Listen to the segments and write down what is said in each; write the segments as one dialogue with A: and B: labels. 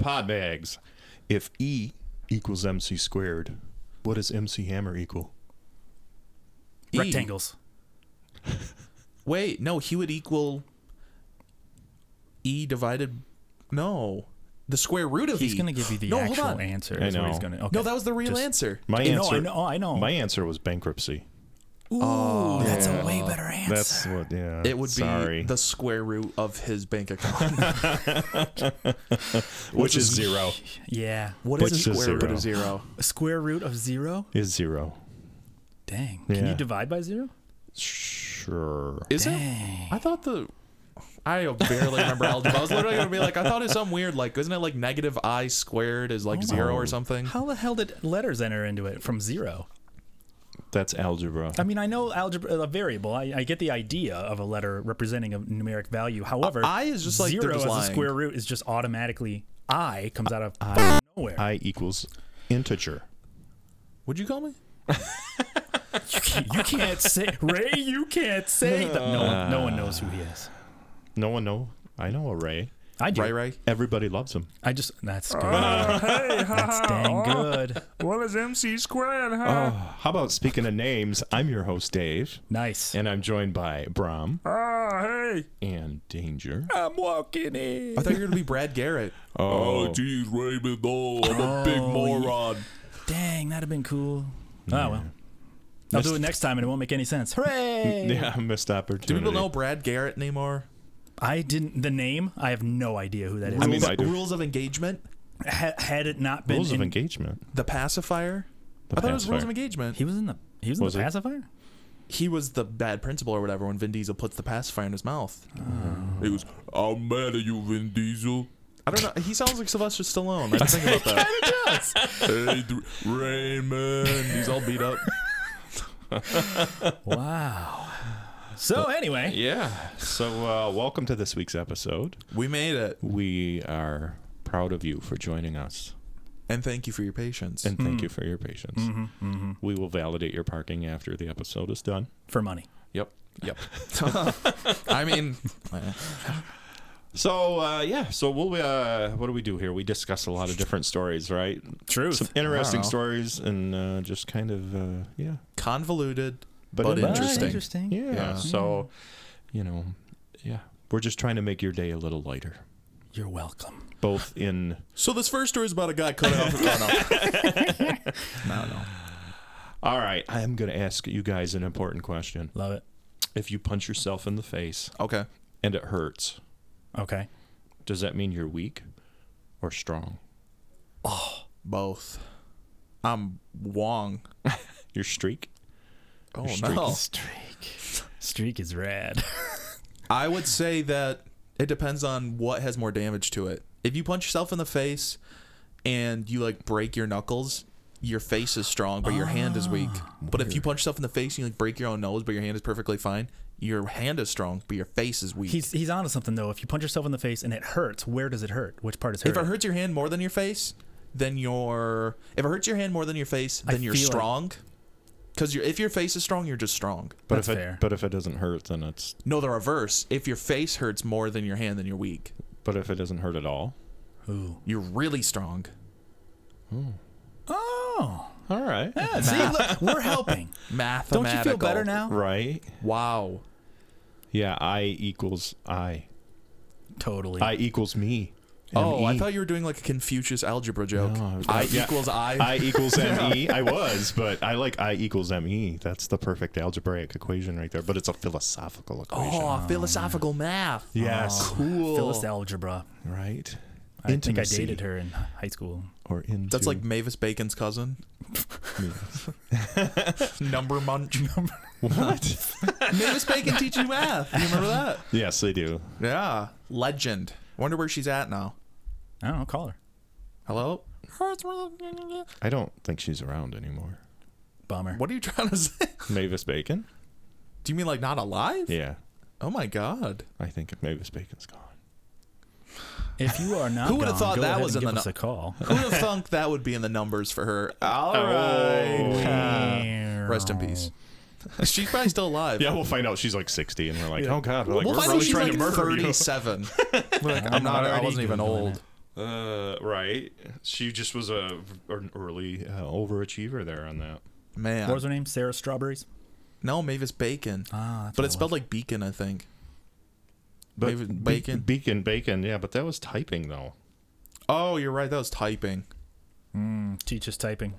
A: pod bags. If E equals MC squared, what does MC hammer equal?
B: E.
C: Rectangles.
B: Wait, no, he would equal E divided. No, the square root of
C: He's
B: E.
C: going to give you the
B: no,
C: actual
B: hold on.
C: answer.
A: I
C: is What he's
A: know.
C: gonna, okay.
B: No, that was the real
C: Just-
B: answer.
A: My
C: I know,
A: answer.
C: I know, I know.
A: My answer was bankruptcy.
C: Ooh, that's a way better answer.
A: That's what. Yeah.
B: It would be
A: sorry.
B: the square root of his bank account.
A: which is zero.
C: yeah.
B: what
A: Which
B: is the
A: is
B: square root of zero?
C: A square root of zero?
A: Is zero.
C: Dang. Can
A: Yeah.
C: you divide by zero?
A: Sure.
B: Is it? I thought the. I barely remember algebra. I was literally gonna be like, I thought it was something weird. Like, isn't it like negative i squared is like zero or something?
C: Oh How the hell did letters enter into it from zero?
A: That's algebra.
C: I mean, I know algebra, a variable. I, I get the idea of a letter representing a numeric value. However,
B: I is just like they're
C: zero
B: just
C: as
B: lying.
C: a square root is just automatically I comes out of nowhere.
A: I equals integer.
B: Would you call me?
C: you can't say Ray. You can't say that. No one, no one knows who he is.
A: No one know. I know a Ray.
C: I do.
B: Ray Ray?
A: Everybody loves him.
C: I just that's good. that's dang good.
D: What is MC squared, huh?
A: Oh, how about speaking of names? I'm your host Dave,
C: Nice.
A: and I'm joined by Brom
D: Ah, hey,
A: and Danger.
D: I'm walking in.
B: I thought you were gonna be Brad Garrett.
A: Oh,
D: geez, Raymond, oh, I'm a big moron.
C: Dang, that'd have been cool. Oh well. I'll do it next time, and it won't make any sense. Hooray!
A: yeah, missed opportunity.
B: Do people know Brad Garrett anymore?
C: I didn't. The name. I have no idea who that is.
A: I mean,
B: rules,
A: I do.
B: rules of engagement,
C: Ha- had it not been
A: rules of
C: in-
A: engagement?
B: the pacifier.
A: The
B: I thought it was rules of
A: pacifier.
B: engagement.
C: He was in the he was in
A: Was
C: the
A: he?
C: pacifier.
B: He was the bad principal or whatever when Vin Diesel puts the pacifier in his mouth.
A: Oh.
D: He was, I'm mad at you, Vin Diesel.
B: I don't know. He sounds like Sylvester Stallone. I didn't think about that.
D: Hey, th- Raymond.
B: He's all beat up.
C: Wow. So anyway,
A: Yeah. So, uh, welcome to this week's episode.
B: We made it,
A: We are proud of you for joining us,
B: and thank you for your patience.
A: and thank you for your patience. We will validate your parking after the episode is done.
C: for money.
A: Yep.
B: Yep. I mean,
A: So uh, yeah, so we'll uh, what do we do here? We discuss a lot of different stories, right?
C: Truth.
A: Some interesting
B: I don't know.
A: stories and uh, just kind of uh, yeah,
B: convoluted.
A: but,
B: But
A: in-
B: interesting.
C: Ah, interesting.
A: Yeah.
B: Yeah.
A: So you know, yeah, we're just trying to make your day a little lighter,
C: You're welcome.
A: both in
B: So this first story is about a guy cut off. no, no. no.
A: all right. I am going to ask you guys an important question.
C: Love it.
A: If you punch yourself in the face
B: Okay.
A: and it hurts,
C: Okay.
A: does that mean you're weak or strong?
B: Both. I'm Wong.
A: Your streak.
B: Oh
A: Your streak
B: no.
C: Streak. Streak is rad.
B: I would say that it depends on what has more damage to it. If you punch yourself in the face and you like break your knuckles, your face is strong but your hand is weak.
C: Ah,
B: But if you punch yourself in the face and you like break your own nose but your hand is perfectly fine, your hand is strong but your face is weak.
C: He's he's onto something though. If you punch yourself in the face and it hurts, where does it hurt? Which part is
B: if
C: hurting?
B: it hurts your hand more than your face, then you're if it hurts your hand more than your face,
C: I
B: then you're
C: feel it.
B: strong. Cuz if your face is strong, you're just strong.
A: But
C: That's
A: if it,
C: fair.
A: but if it doesn't hurt, then it's
B: No, the reverse. If your face hurts more than your hand, then you're weak.
A: but if it doesn't hurt at all.
C: Ooh.
B: You're really strong.
C: Oh.
A: All right.
C: Yeah, see, look, we're helping. Don't
B: Mathematical.
C: you feel better now?
A: Right.
B: Wow.
A: Yeah, I equals I.
C: Totally.
A: I equals me.
B: Oh,
A: I
B: I thought you were doing like a Confucius algebra joke.
A: No,
B: I
A: yeah.
B: equals I.
A: I equals me. I was, but I like I equals me. That's the perfect algebraic equation right there. But it's a philosophical equation.
B: oh, philosophical math. Oh,
A: yes,
B: Cool.
C: Phyllis Algebra.
A: right.
C: I think I dated her in high school.
A: Or into
B: That's like Mavis Bacon's cousin. Number munch.
A: what?
B: Mavis Bacon teaches you math. You remember that?
A: yes, I do.
B: Yeah. Legend. Wonder where she's at now.
C: I don't know. Call her.
B: Hello?
A: I don't think she's around anymore.
C: Bummer.
B: What are you trying to say?
A: Mavis Bacon?
B: Do you mean like not alive?
A: Yeah,
B: Oh my god.
A: I think Mavis Bacon's gone.
C: If you are not,
B: Who would've
C: gone,
B: thought
C: go
B: that
C: ahead
B: was
C: and
B: in
C: give
B: the
C: us
B: no-
C: a call?
B: Who would have thunk that would be in the numbers for her? All
A: Oh. right.
B: Rest in peace. She's probably still alive.
A: Yeah, we'll find out. She's like sixty, and we're like, oh god, we're like,
B: we'll
A: we're
B: find out
A: really
B: she's
A: trying
B: like
A: to murder you.
B: 37. We're like, I'm, not. I
C: already
B: wasn't even
C: Googling
B: old.
C: it.
A: Uh, right. right. She just was a an early uh, overachiever there on that.
B: Man.
C: What was her name? Sarah Strawberries.
B: No, Mavis Bacon.
C: Ah, that's
B: but
C: what
B: it's
C: it
B: spelled like Beacon, I think.
A: But
B: Maybe
A: Be-
B: bacon?
A: Beacon, bacon. Yeah, but that was typing though.
B: Oh, you're right. That was typing.
C: Teaches typing.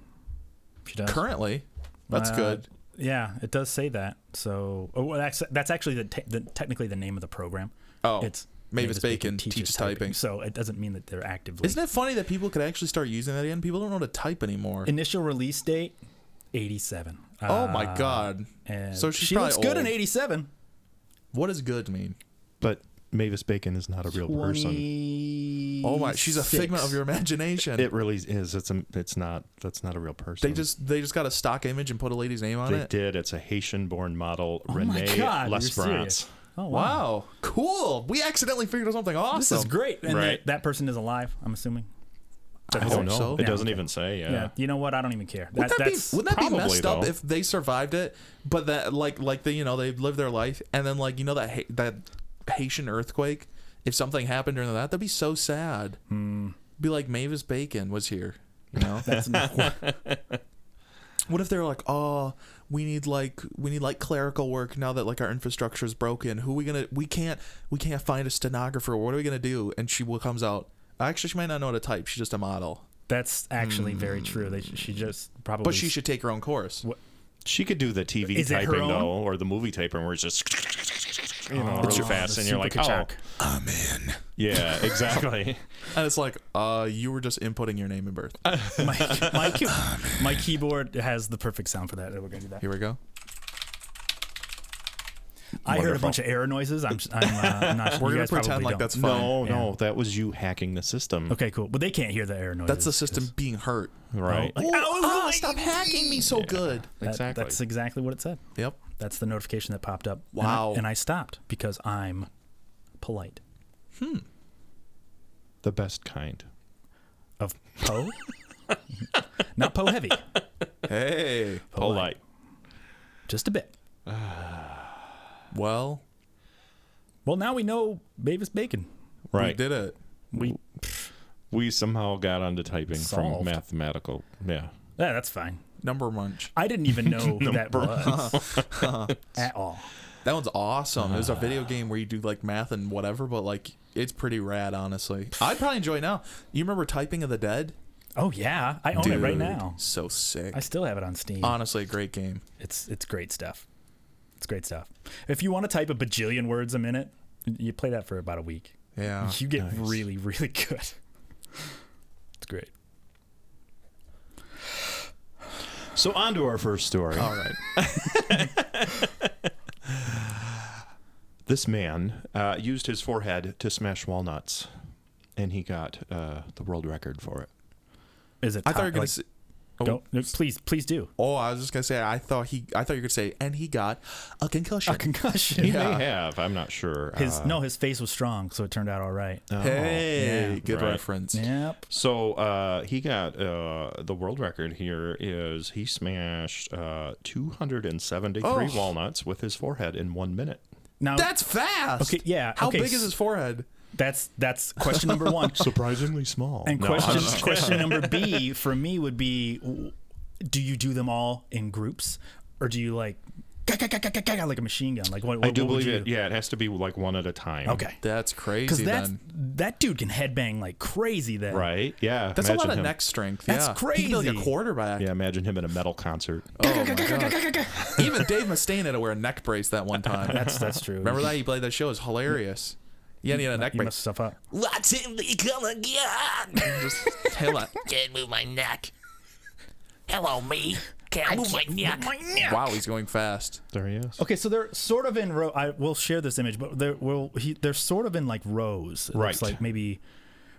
C: She does.
B: Currently, that's
C: Uh,
B: good.
C: Yeah, it does say that. So, oh, well, that's that's actually the, te- the technically the name of the program.
B: Oh,
C: it's
B: Mavis Bacon teaches typing.
C: So it doesn't mean that they're actively.
B: Isn't it funny that people could actually start using that again? People don't know how to type anymore.
C: Initial release date, eighty-seven.
B: oh my
C: Uh,
B: god.
C: And
B: So she's
C: she
B: probably
C: looks good in
B: old.
C: eighty-seven.
B: What does good mean?
A: But Mavis Bacon is not a real person.
B: Oh my, she's a figment of your imagination.
A: It really is. It's a. It's not. That's not a real person.
B: they just they just got a stock image and put a lady's name on
A: They
B: it.
A: did. It's a Haitian-born model,
C: Oh my
A: Renee
C: God, you're
A: Lesperance.
C: serious. Oh wow.
B: Wow, cool. We accidentally figured out something awesome.
C: This is great. And
A: Right.
C: that, that person is alive, I'm assuming.
A: I
B: hope
A: don't know.
B: so.
A: It
B: Yeah,
A: doesn't
C: okay.
A: even say. Yeah.
C: Yeah. You know what? I don't even care.
B: Would that,
C: that's
B: be, would that be
A: probably,
B: messed up
A: though.
B: if they survived it, but that like like they you know they lived their life and then like you know that ha- that Haitian earthquake, if something happened during that, that'd be so sad. Be like Mavis Bacon was here, you know.
C: that's
B: What if they're like, oh, we need like we need like clerical work now that like our infrastructure is broken. Who we gonna we can't we can't find a stenographer. What are we gonna do? And she will comes out. Actually, she might not know how to type. She's just a model,
C: that's actually
A: Hmm.
C: very true. They, she just probably.
B: but she should take her own course.
A: She could do the TV
C: Is it her
A: typing
C: own?
A: though, or the movie typing, where it's just you know really fast, and you're like, oh,
B: I'm in.
A: yeah, exactly.
B: And it's like, uh, you were just inputting your name and birth.
C: oh. My, my, key-
B: Ah,
C: my keyboard has the perfect sound for that. We're gonna do that.
B: Here we go.
C: I heard a
A: Wonderful.
C: bunch of error noises. I'm, I'm, uh, I'm not.
B: We're
C: you
B: gonna
C: guys probably
B: pretend like
C: don't.
B: that's fine.
A: no,
C: Yeah.
A: Oh, no, that was you hacking the system.
C: Okay, cool. But they can't hear the error noises.
B: That's the system being hurt.
A: Right.
B: Oh, ah, stop hacking me so good.
C: That-
A: exactly.
C: That's exactly what it said.
B: Yep.
C: That's the notification that popped up. And I-
B: Wow.
C: And I, stopped because I'm polite.
A: the best kind.
C: Of Poe? Not Poe heavy.
B: Hey.
A: Polite.
C: Just a bit.
B: Well,
C: Well, now we know Mavis Bacon.
B: we
A: Right.
B: did it.
C: We
A: We somehow got onto typing
C: Solved.
A: from mathematical. Yeah.
C: yeah, that's fine.
B: Number munch.
C: I didn't even know who that was at all.
B: That one's awesome. There's a video game where you do like math and whatever, but like it's pretty rad, honestly. I'd probably enjoy it now. You remember Typing of the Dead?
C: Oh yeah, I own it right
B: Dude, Uh,
C: now.
B: So sick.
C: I still have it on Steam.
B: Honestly, a great game.
C: It's it's great stuff. It's great stuff. If you want to type a bajillion words a minute, you play that for about a week.
B: Yeah.
C: you get really really good. It's great.
A: So on to our first story.
B: All right.
A: This man uh, used his forehead to smash walnuts, and he got uh, the world record for it.
C: Is it?
B: I thought you were
C: top-
B: gonna
C: like,
B: say.
C: go- no, please please do
B: Oh, I was just gonna say. I thought he. I thought you were gonna say, and he got a concussion.
C: concussion.
A: He
B: Yeah.
A: may have. I'm not sure.
C: His
A: Uh,
C: no, his face was strong, so it turned out all right.
A: oh.
B: hey,
C: yeah,
B: good
A: right.
B: reference.
C: Yep.
A: So uh, he got uh, the world record here is he smashed uh, 273
B: Oh.
A: walnuts with his forehead in one minute.
C: Now
B: That's fast.
C: Okay, yeah,
B: How
C: okay,
B: big is
C: s-
B: his forehead?
C: that's that's question number one.
A: Surprisingly small.
C: And question question number B for me would be: w- Do you do them all in groups, or do you like "Ka, ka, ka, ka, ka, ka," like a machine gun? Like what?
A: I
C: what-
A: do
C: what would
A: believe it.
C: you-
A: Yeah, it has to be like one at a time.
C: Okay.
B: That's
C: Because
B: crazy.
C: that's
B: then.
C: that dude can headbang like crazy. Then
A: Right? Yeah.
B: That's
A: imagine
B: a lot of
A: him.
B: neck strength.
C: That's
B: yeah. He could be like a
C: crazy.
B: quarterback.
A: Yeah, imagine him at a metal concert.
B: Oh my God. Even Dave Mustaine had to wear a neck brace that one time.
C: That's that's true.
B: Remember that he played that show? It was hilarious. Yeah, and he had a neck
C: You messed
B: brace.
C: stuff up.
E: Lots of me come again.
B: Just hell out.
E: Can't move my neck. Hello, me. Can't move my neck. My neck.
B: Wow, he's going fast.
A: There he is.
C: Okay, so they're sort of in row. I will share this image, but they're well, he, they're sort of in like rows. It Looks
A: Right.
C: like maybe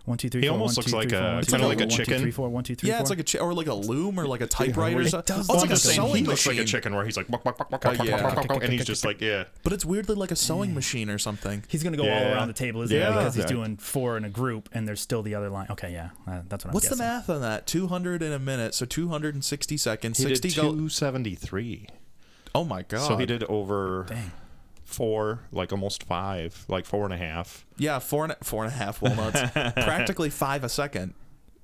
C: one, two, three.
A: He
C: four,
A: almost
C: one,
A: looks
C: two,
A: like
C: three,
A: a-
C: four, one, two,
A: kinda
C: three,
A: like a
C: four, one, two,
A: chicken.
C: three, four, one, two, three,
B: Yeah, it's
C: four.
B: like a chi- or like a loom or like a typewriter. or
C: it
B: something.
C: does
B: oh, it's like
C: look
B: a
C: the same.
A: He
B: sewing
A: looks
B: machine.
A: like a chicken where he's like, "Buck, buck, buck, buck,
B: Oh,
A: buck, buck,
B: yeah.
A: buck, buck, buck," and he's just like, yeah.
B: But it's weirdly like a sewing machine or something.
C: He's gonna go all
A: Yeah.
C: around the table, isn't
A: Yeah.
C: he? Because he's
A: Exactly.
C: doing four in a group, and there's still the other line. Okay, yeah, uh, that's what I'm.
B: What's
C: guessing.
B: the math on that? 200 in a minute, so 260 seconds. 60 go.
A: 273.
B: Oh my god.
A: So he did over
C: Dang.
A: four, like almost five, like four and a half.
B: Yeah, four and four and a half walnuts, practically five a second.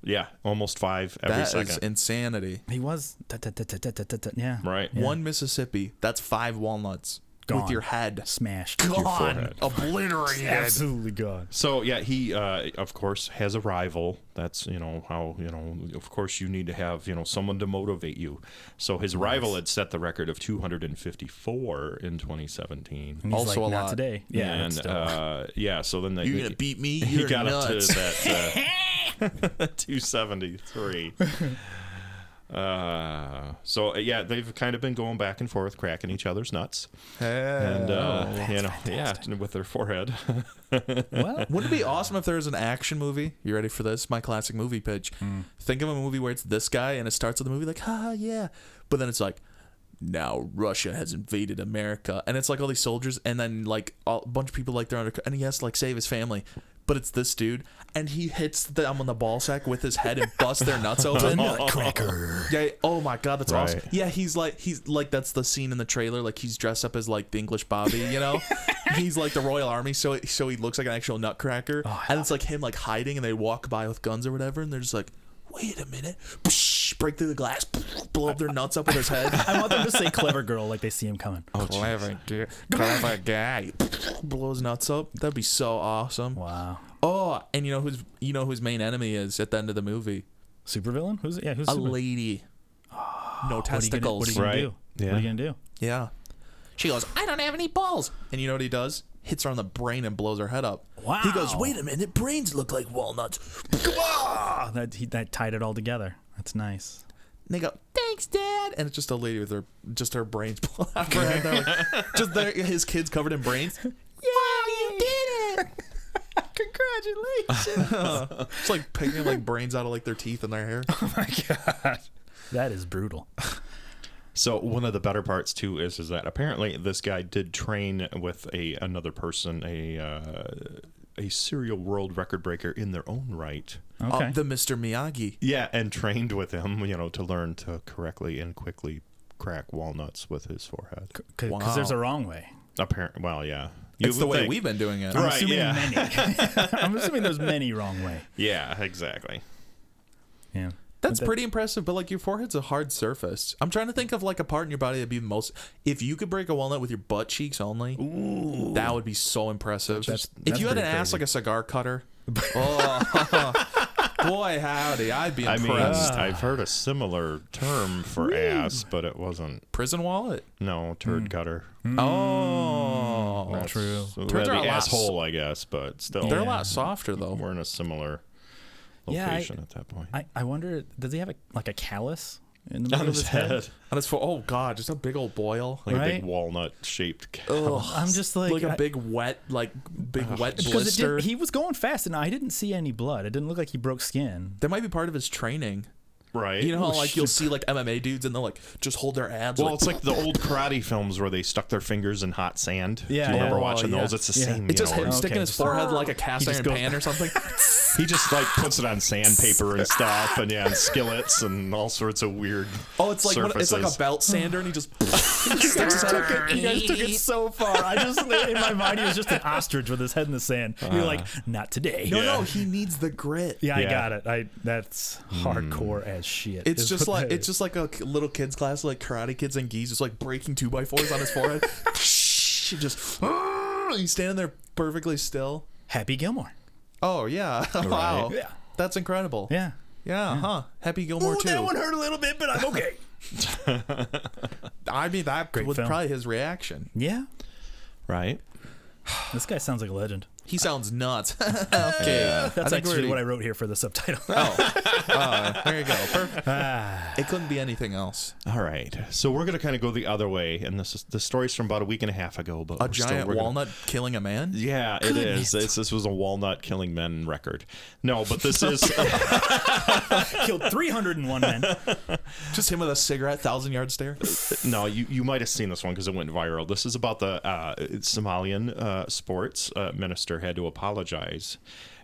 A: Yeah, almost five every
B: That
A: second.
B: is insanity.
C: He was. da- da- da- da- da- da- da- da- Yeah.
A: right.
B: One Mississippi, that's five walnuts
C: Gone.
B: with your head.
C: Smashed.
E: Gone.
A: forehead.
E: Obliterated.
C: Absolutely gone.
A: So yeah, he uh, of course has a rival. That's you know how you know. Of course, you need to have you know someone to motivate you. So his rival had set the record of 254 in 2017.
C: And he's
B: Also
C: like,
B: a
C: not
B: lot.
C: today. Yeah.
A: and
C: that's dope.
A: uh, yeah, so then they
B: You're gonna beat me?
A: He
B: You're
A: got
B: nuts.
A: up to that uh, 273. Uh, so uh, yeah, they've kind of been going back and forth, cracking each other's nuts, and uh, you know, yeah, with their forehead.
C: well,
B: Wouldn't it be awesome if there was an action movie? You ready for this? My classic movie pitch. Think of a movie where it's this guy and it starts with the movie like, haha, yeah. But then it's like, now Russia has invaded America. And it's like all these soldiers and then like all, a bunch of people like they're under, and he has to like save his family. But it's this dude and he hits them on the ball sack with his head and busts their nuts open.
C: nutcracker.
B: Yeah. Oh my God, that's awesome.
A: Right.
B: Yeah, he's like he's like that's the scene in the trailer. Like he's dressed up as like the English Bobby, you know. he's like the Royal Army, so so he looks like an actual Nutcracker. and it's like him like hiding, and they walk by with guns or whatever, and they're just like, wait a minute, Psh, break through the glass, blow up their nuts up with his head.
C: I want them to say clever girl like they see him coming.
B: Oh, Clever, dude. clever guy. Blows nuts up. That'd be so awesome.
C: Wow.
B: Oh, and you know who's you know whose main enemy is at the end of the movie?
C: Supervillain? Who's yeah, who's
B: A
C: super-
B: lady. No
C: What are you gonna,
B: testicles.
C: what are you gonna
A: Right.
C: do?
A: Yeah.
C: What are you gonna do?
B: Yeah. She goes, I don't have any balls. And you know what he does? Hits her on the brain and blows her head up.
C: Wow.
B: He goes, wait a minute, brains look like walnuts.
C: Oh, that he, that tied it all together. That's nice.
B: And they go, thanks, Dad. And it's just a lady with her, just her brains blown out. Her head. They're like- just their, his kids covered in brains. Yeah, you did it. Congratulations. it's like picking like brains out of like their teeth and their hair.
C: That is brutal.
A: So one of the better parts too is is that apparently this guy did train with a another person, a uh, a serial world record breaker in their own right.
C: Okay.
B: Uh, the Mr. Miyagi.
A: Yeah, and trained with him, you know, to learn to correctly and quickly crack walnuts with his forehead.
C: Because
B: Wow.
C: there's a wrong way.
A: Apparent. Well, yeah. You
B: It's the
A: would
B: way
A: think-
B: we've been doing it.
C: I'm
A: Right,
C: assuming
A: yeah.
C: many. I'm assuming there's many wrong way.
A: Yeah, exactly.
C: Yeah.
B: That's pretty impressive, but like your forehead's a hard surface. I'm trying to think of like a part in your body that'd be the most. If you could break a walnut with your butt cheeks only, that would be so impressive. if
C: that's
B: you had an
C: pretty
B: ass like a cigar cutter, oh, boy howdy, I'd be
A: I mean, uh,
B: impressed.
A: I've heard a similar term for ass, but it wasn't.
B: Prison wallet.
A: No,
B: Hmm.
A: turd cutter.
B: Oh,
A: That's-
C: true.
A: Well,
B: Turds
A: the
B: are a lot s-
A: asshole, I guess, but still,
B: they're a lot softer though.
A: we're in a similar
C: Yeah, I-
A: location at that point.
C: I, I wonder, does he have a, like a callus in the middle of his head?
B: And it's for oh god, just a big old boil.
A: like a
C: Right?
A: big walnut shaped.
B: Ugh,
C: I'm just like,
B: like
C: I-
B: a big wet, like big wet
C: because it
B: blister.
C: did, he was going fast, and I didn't see any blood. It didn't look like he broke skin.
B: that might be part of his training.
A: Right.
B: You know how like you'll see like MMA dudes and they'll like just hold their abs.
A: Well,
B: like,
A: it's like the old karate films where they stuck their fingers in hot sand.
C: Yeah,
A: Do you remember
B: yeah.
A: watching
B: Oh, yeah.
A: those? It's the
C: Yeah.
A: same.
B: It's
A: you
B: just
A: know,
B: him
A: where
B: sticking his forehead like a cast
C: He
B: iron
C: just goes-
B: pan or something.
A: he just like puts it on sandpaper and stuff, and yeah, and skillets and all sorts of weird.
B: Oh, it's like one, it's like a
A: surfaces.
B: belt sander, and he just sticks it out.
C: You guys took it so far. I just in my mind he was just an ostrich with his head in the sand. You're like, not today.
B: No, no, he needs the grit.
C: Yeah,
A: Yeah.
C: I got it. I that's hardcore as shit.
B: It's
C: is
B: just
C: what
B: like
C: that
B: it's
C: is.
B: just like a k- little kids class, like karate kids and geese, just like breaking two by fours on his forehead. He just he's standing there perfectly still.
C: Happy Gilmore.
B: Oh yeah, wow,
C: Yeah.
B: that's incredible.
C: Yeah.
B: yeah, huh? Happy Gilmore
C: Ooh,
B: too.
C: that one hurt a little bit, but I'm okay.
B: I mean, that was
C: film.
B: probably his reaction.
C: yeah.
A: right.
C: This guy sounds like a legend.
B: He sounds nuts. okay,
C: That's
B: I think we're
C: actually
B: already-
C: what I wrote here for the subtitle.
B: Oh, there you go. Perfect. it couldn't be anything else.
A: All right. So we're gonna kind of go the other way, and this is the story's from about a week and a half ago, but
B: A
A: we're still-
B: giant
A: we're gonna-
B: walnut killing a man?
A: Yeah, it is. It's, this was a walnut killing men record. No, but this is
C: Killed 301 men.
B: Just him with a cigarette, thousand yard stare?
A: no. You you might have seen this one because it went viral. This is about the uh, Somalian uh, sports uh, minister had to apologize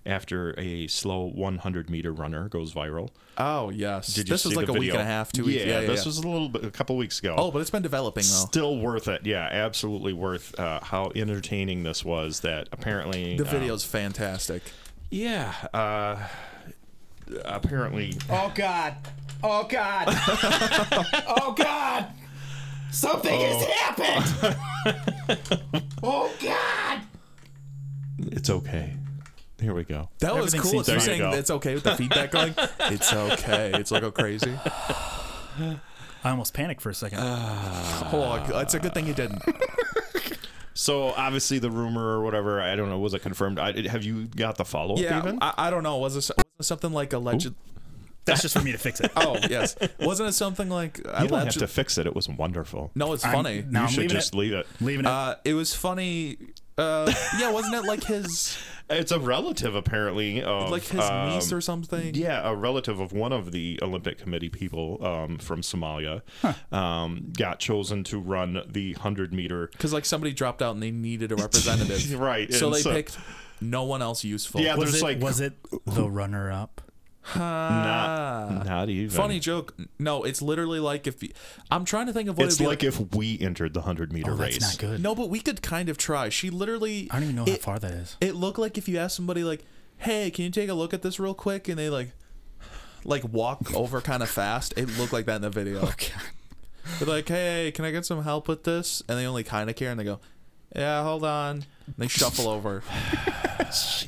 A: after a slow 100 meter runner goes viral.
B: Oh, yes.
A: Did you
B: this was
A: see
B: like
A: the
B: a week
A: video?
B: and a half, two weeks.
A: Yeah,
B: Yeah, yeah,
A: this
B: yeah.
A: was a little bit, a couple weeks ago.
B: Oh, but it's been developing, though.
A: still worth it. Yeah, absolutely worth uh, how entertaining this was. That apparently
B: The
A: uh,
B: video's fantastic.
A: yeah. Uh, apparently
C: Oh God! Oh God! oh God! Something has happened! oh God!
A: it's okay. Here we go.
B: That was
C: Everything
B: cool.
C: seems
B: If you're
A: fine.
B: saying
A: There you go.
B: it's okay with the feedback going, it's okay. It's like go crazy.
C: I almost panicked for a second.
B: Oh, it's a good thing you didn't.
A: So obviously the rumor or whatever I don't know was it confirmed? I, have you got the follow up
B: Yeah,
A: even?
B: I, I don't know. Was it, was it something like alleged?
C: That's just for me to fix it.
B: Oh yes, wasn't it something like
A: you don't have
B: alleged?
A: to fix it. It was wonderful.
B: no, it's
C: I'm-
B: funny.
C: no,
A: you
C: I'm
A: should
C: leaving
A: just
C: it.
A: leave it.
C: Leaving it.
B: Uh, it was funny. Uh, yeah, wasn't it like his
A: It's a relative apparently. Of,
B: like his
A: um,
B: niece or something?
A: Yeah, a relative of one of the Olympic Committee people um, from Somalia um, got chosen to run the 100 meter.
B: Because like somebody dropped out and they needed a representative,
A: Right,
B: So
A: and
B: they
A: so-
B: picked no one else useful.
A: Yeah,
C: was
A: there's
C: it
A: like
C: was it the runner up?
A: not, not even
B: funny joke. No, it's literally like if I'm trying to think of what
A: It's
B: it'd be
A: like if we entered the 100 meter
C: Oh,
A: race.
C: that's not good.
B: No, but we could kind of try. She literally.
C: I don't even know how
B: it,
C: far that is.
B: It looked like if you asked somebody like, "Hey, can you take a look at this real quick?" and they like, like walk over kind of fast. It looked like that in the video.
C: Okay.
B: They're like, "Hey, can I get some help with this?" And they only kind of care, and they go, "Yeah, hold on." And they shuffle over.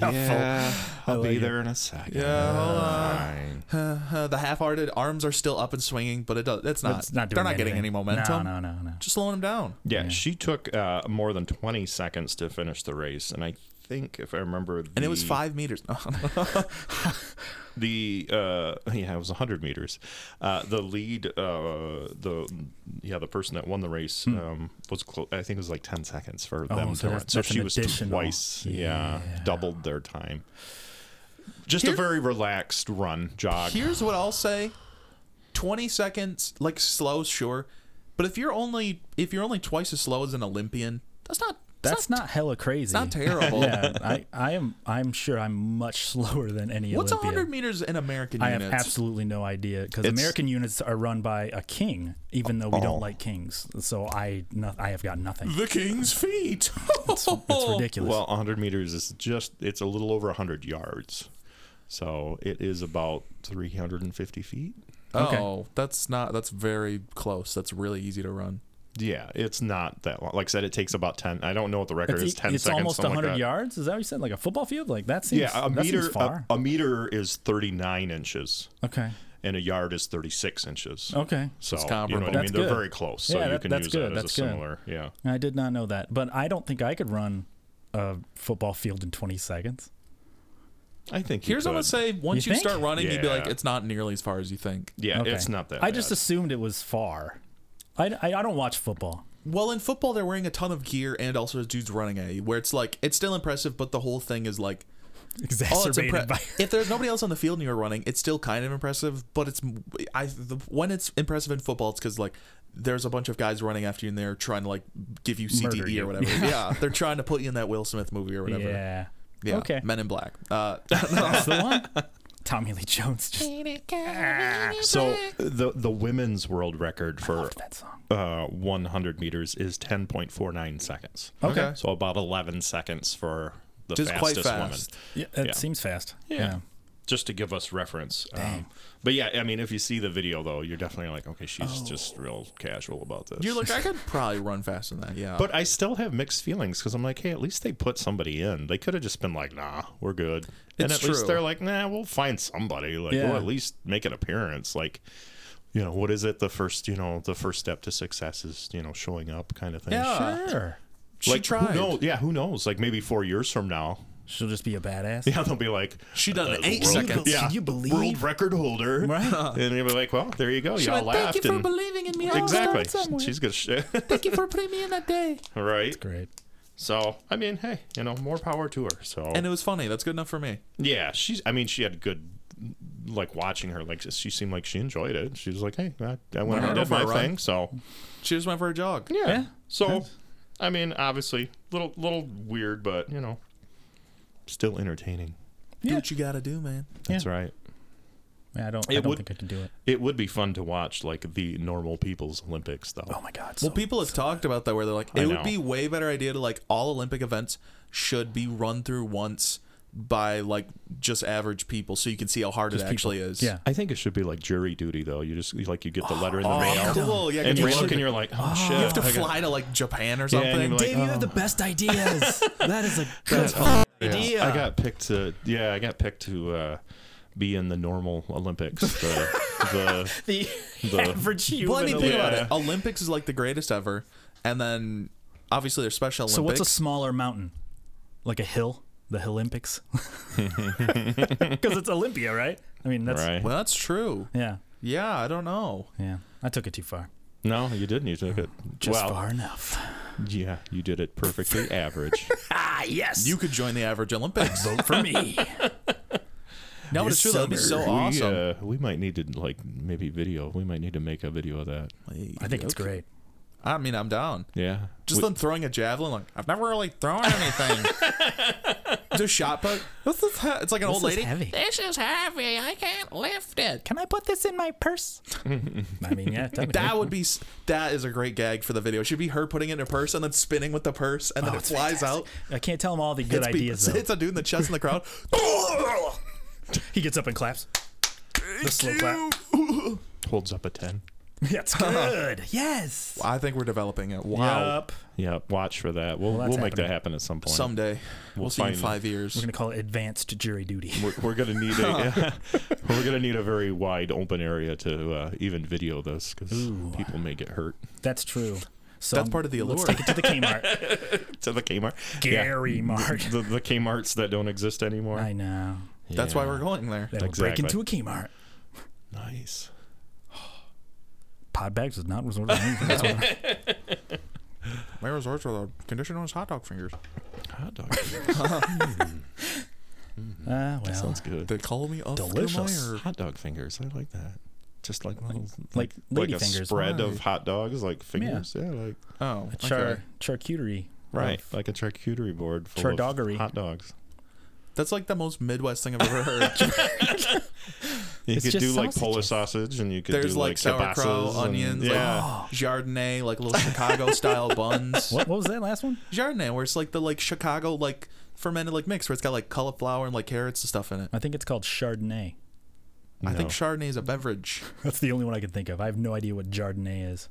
A: Yeah, I'll
C: like
A: be
C: it.
A: there in a second.
B: Yeah, hold on.
A: Fine.
B: Uh, the half-hearted arms are still up and swinging, but it does. It's not.
C: It's not doing
B: uh, they're not getting
C: anything.
B: any momentum.
C: No, no, no, no.
B: Just slowing them down.
A: Yeah, she took uh, more than 20 seconds to finish the race, and I think if I remember, the,
B: And it was five meters.
A: The uh, yeah, it was 100 meters. Uh, the lead, uh, the yeah, the person that won the race um, was clo- I think it was like 10 seconds for them
C: Hmm. Oh, so
A: to run.
C: that's-
A: So
C: that's an
A: she was
C: additional.
A: twice, yeah, doubled their time. Just a
B: Here-
A: very relaxed run jog.
B: Here's what I'll say: twenty seconds, like slow, sure, but if you're only if you're only twice as slow as an Olympian, that's not that's,
C: That's not hella crazy.
B: not, terrible.
C: yeah, I, I am. I'm sure I'm much slower than any
B: What's
C: Olympian.
B: hundred meters in American
C: I have
B: units?
C: absolutely no idea because
A: It's-
C: American units are run by a king, even though we
A: Oh.
C: don't like kings. So I, no, I have got nothing.
B: the king's feet. it's,
C: It's ridiculous.
A: Well, 100 meters is just, it's a little over 100 yards. So it is about 350 feet.
C: Okay.
B: Oh, that's not. That's very close. That's really easy to run.
A: Yeah, it's not that long. Like I said, it takes about 10. I don't know what the record
C: it's e,
A: is 10
C: it's
A: seconds.
C: almost
A: something
C: 100
A: like that.
C: yards. Is that what you said? Like a football field? Like that seems,
A: Yeah, a
C: that
A: meter,
C: seems far.
A: a, a meter is 39 inches
C: okay.
A: and a yard is 36 inches.
C: Okay.
A: So,
B: It's
A: you know what
B: comparable.
A: I mean?
C: That's
A: They're
C: good.
A: very close. So
C: Yeah,
A: you
C: that-
A: can
C: that's
A: use
C: good,
A: that as a
C: that's good.
A: similar. Yeah.
C: I did not know that, but I don't think I could run a football field in 20 seconds.
A: I think you
B: Here's what I'm
A: could.
B: gonna say: once you,
C: You think?
B: start running, you'd be like,
A: Yeah.
B: it's not nearly as far as you think.
A: Yeah,
C: Okay.
A: it's not that
C: I just
A: bad.
C: assumed it was far. I, I, I don't watch football.
B: Well, in football, they're wearing a ton of gear, and also there's dudes running a where it's like it's still impressive, but the whole thing is like Oh, it's
C: Exacerbated
B: impre-
C: by.
B: if there's nobody else on the field and you're running, it's still kind of impressive. But it's I the, when it's impressive in football, it's because like there's a bunch of guys running after you and they're trying to like give you
C: Murder
B: CTE
C: you.
B: or whatever. Yeah. they're trying to put you in that Will Smith movie or whatever.
C: Yeah.
B: Yeah,
C: Okay.
B: Men in Black. Uh,
C: That's the one. Tommy Lee Jones just
A: So the the women's world record for
C: that song.
A: uh, 100 meters is 10.49 seconds.
C: Okay.
A: So about 11 seconds for the
B: Just quite
A: fastest
B: fast.
A: woman.
C: Yeah, that
A: Yeah.
C: seems fast. Yeah.
A: Just to give us reference. Um, but yeah, I mean, if you see the video, though, you're definitely like, okay, she's
C: Oh.
A: just real casual about this.
B: you're like I could probably run faster than that. Yeah,
A: but I still have mixed feelings because I'm like, hey, at least they put somebody in. They could have just been like, nah, we're good. and at
B: It's
A: least
B: true.
A: they're like, nah, we'll find somebody. Like,
C: Yeah.
A: we'll at least make an appearance. Like, you know, what is it? The first, you know, the first step to success is, you know, showing up kind of thing.
B: yeah,
C: Sure.
B: she
A: like,
B: tried.
A: Who knows? Yeah, who knows? Like maybe four years from now,
C: She'll just be a badass.
A: yeah, they'll be like, uh,
B: She done it in eight
A: world,
B: seconds.
A: Yeah,
C: Can you believe-
A: world record holder?
C: Right.
A: And they'll be like, well, there you go. Y'all
B: went,
A: laughed.
B: "Thank you for
A: and-
B: believing in me. I'll
A: exactly.
B: start somewhere.
A: She's good. Shit.
B: Thank you for putting me in that day.
A: right.
C: Great.
A: So I mean, hey, you know, more power to her. So
B: And it was funny. That's good enough for me.
A: yeah, she's. I mean, she had good. Like watching her, like she seemed like she enjoyed it. She was like, "Hey, I, I went out and
B: go
A: did
B: for
A: my
B: a run.
A: thing." So
B: She just went for a jog.
A: yeah.
C: Yeah.
A: So, I mean, obviously, little little weird, but you know, still entertaining.
B: Do
C: Yeah.
B: what you gotta do, man.
A: That's right.
C: I don't, I
A: It
C: don't
A: would-
C: think I can do it.
A: It would be fun to watch like the normal people's Olympics though.
C: Oh my God.
B: Well,
C: so-
B: people have talked about that where they're like,
A: I
B: it
A: know.
B: would be way better idea to like all Olympic events should be run through once by like just average people, so you can see how hard it
C: people.
B: actually is.
C: Yeah.
A: I think it should be like jury duty though. You just like you get the letter in the mail,
B: Cool. Yeah, 'cause
A: and
B: you
A: you
B: look
A: look
B: at-
A: and you're like, oh, shit.
B: You have to
A: I got-
B: fly to like Japan or
A: and
B: something.
A: you're like,
C: Dave, you have the best ideas. that is a good idea.
A: I got picked to yeah, I got picked to uh, be in the normal Olympics. The, the
C: the
A: The-
C: average human.
B: well, I mean, think about
C: Olympic.
B: it. Olympics is like the greatest ever, and then obviously there's Special Olympics.
C: So what's a smaller mountain? Like a hill? The Olympics? Because it's Olympia, right? I mean, that's
A: right?
B: well, that's true.
C: yeah,
B: Yeah, I don't know.
C: yeah. I took it too far.
A: No, you didn't. You took it
C: Just
A: well.
C: far enough.
A: Yeah, you did it perfectly average.
C: Ah, yes.
B: You could join the average Olympics.
C: vote for me.
B: no, but it's true. That'd be so
A: we,
B: awesome.
A: uh, we might need to like maybe video. We might need to make a video of that.
C: I think it's great.
B: I mean, I'm down.
A: Yeah,
B: Just
A: We-
B: them throwing a javelin, like I've never really thrown anything. Just shot put. This is he- it's like an old
C: This is
B: lady.
C: heavy.
E: This is heavy. I can't lift it.
C: Can I put this in my purse? I mean, yeah, technically.
B: That would be s- that is a great gag for the video. It should be her putting it in her purse and then spinning with the purse and then
C: Oh,
B: it
C: it's
B: flies out.
C: fantastic. I can't tell him all the good
B: It's be-
C: ideas. though.
B: It's a dude in the chest in the crowd.
C: he gets up and claps. The slow clap.
A: holds up a ten.
C: Yeah, it's good. yes.
B: I think we're developing it. Uh-huh. Wow.
C: Yup.
A: Yeah, watch for that. We'll
C: that's
A: we'll make
C: happening.
A: that happen at some point.
B: Someday we'll,
A: We'll
B: see you in
A: find-
B: five years.
C: We're gonna call it advanced jury duty.
A: We're, we're gonna need a we're gonna need a very wide open area to uh, even video this because people may get hurt.
C: That's true. So
B: That's part of the allure.
C: Let's take it to the Kmart.
A: To the Kmart,
C: Gary Mart.
A: the, the Kmart's that don't exist anymore.
C: I know.
B: That's why we're going there.
C: Then we'll break
A: Exactly.
C: into a Kmart.
A: nice.
C: Pod bags is not resort to anything. That's what-
B: My resorts are the conditioner on his hot dog fingers.
A: Hot dog
C: Ah, well.
A: sounds good.
B: They call me up
C: Delicious.
A: hot dog fingers. I like that. Just like little,
C: like
A: like
C: lady
A: a
C: fingers.
A: spread
B: Right.
A: of hot dogs, like fingers. Yeah, like
B: Oh, okay.
C: Char charcuterie.
A: right, like a charcuterie board full
C: Chardoggery.
A: of hot dogs.
B: That's like the most Midwest thing I've ever heard.
A: You
C: It's
A: could
C: just
A: do like Polish
C: sausages.
A: sausage, and you could
B: There's
A: do
B: like,
A: like,
B: sauerkraut,
A: kielbasa's and-
B: onions,
A: yeah,
C: Oh,
B: like Chardonnay, like little Chicago style buns.
C: What, what was that last one?
B: Chardonnay, where it's like the like Chicago like fermented like mix where it's got like cauliflower and like carrots and stuff in it.
C: I think it's called Chardonnay.
B: I think
A: No.
B: Chardonnay is a beverage.
C: That's the only one I can think of. I have no idea what Chardonnay is.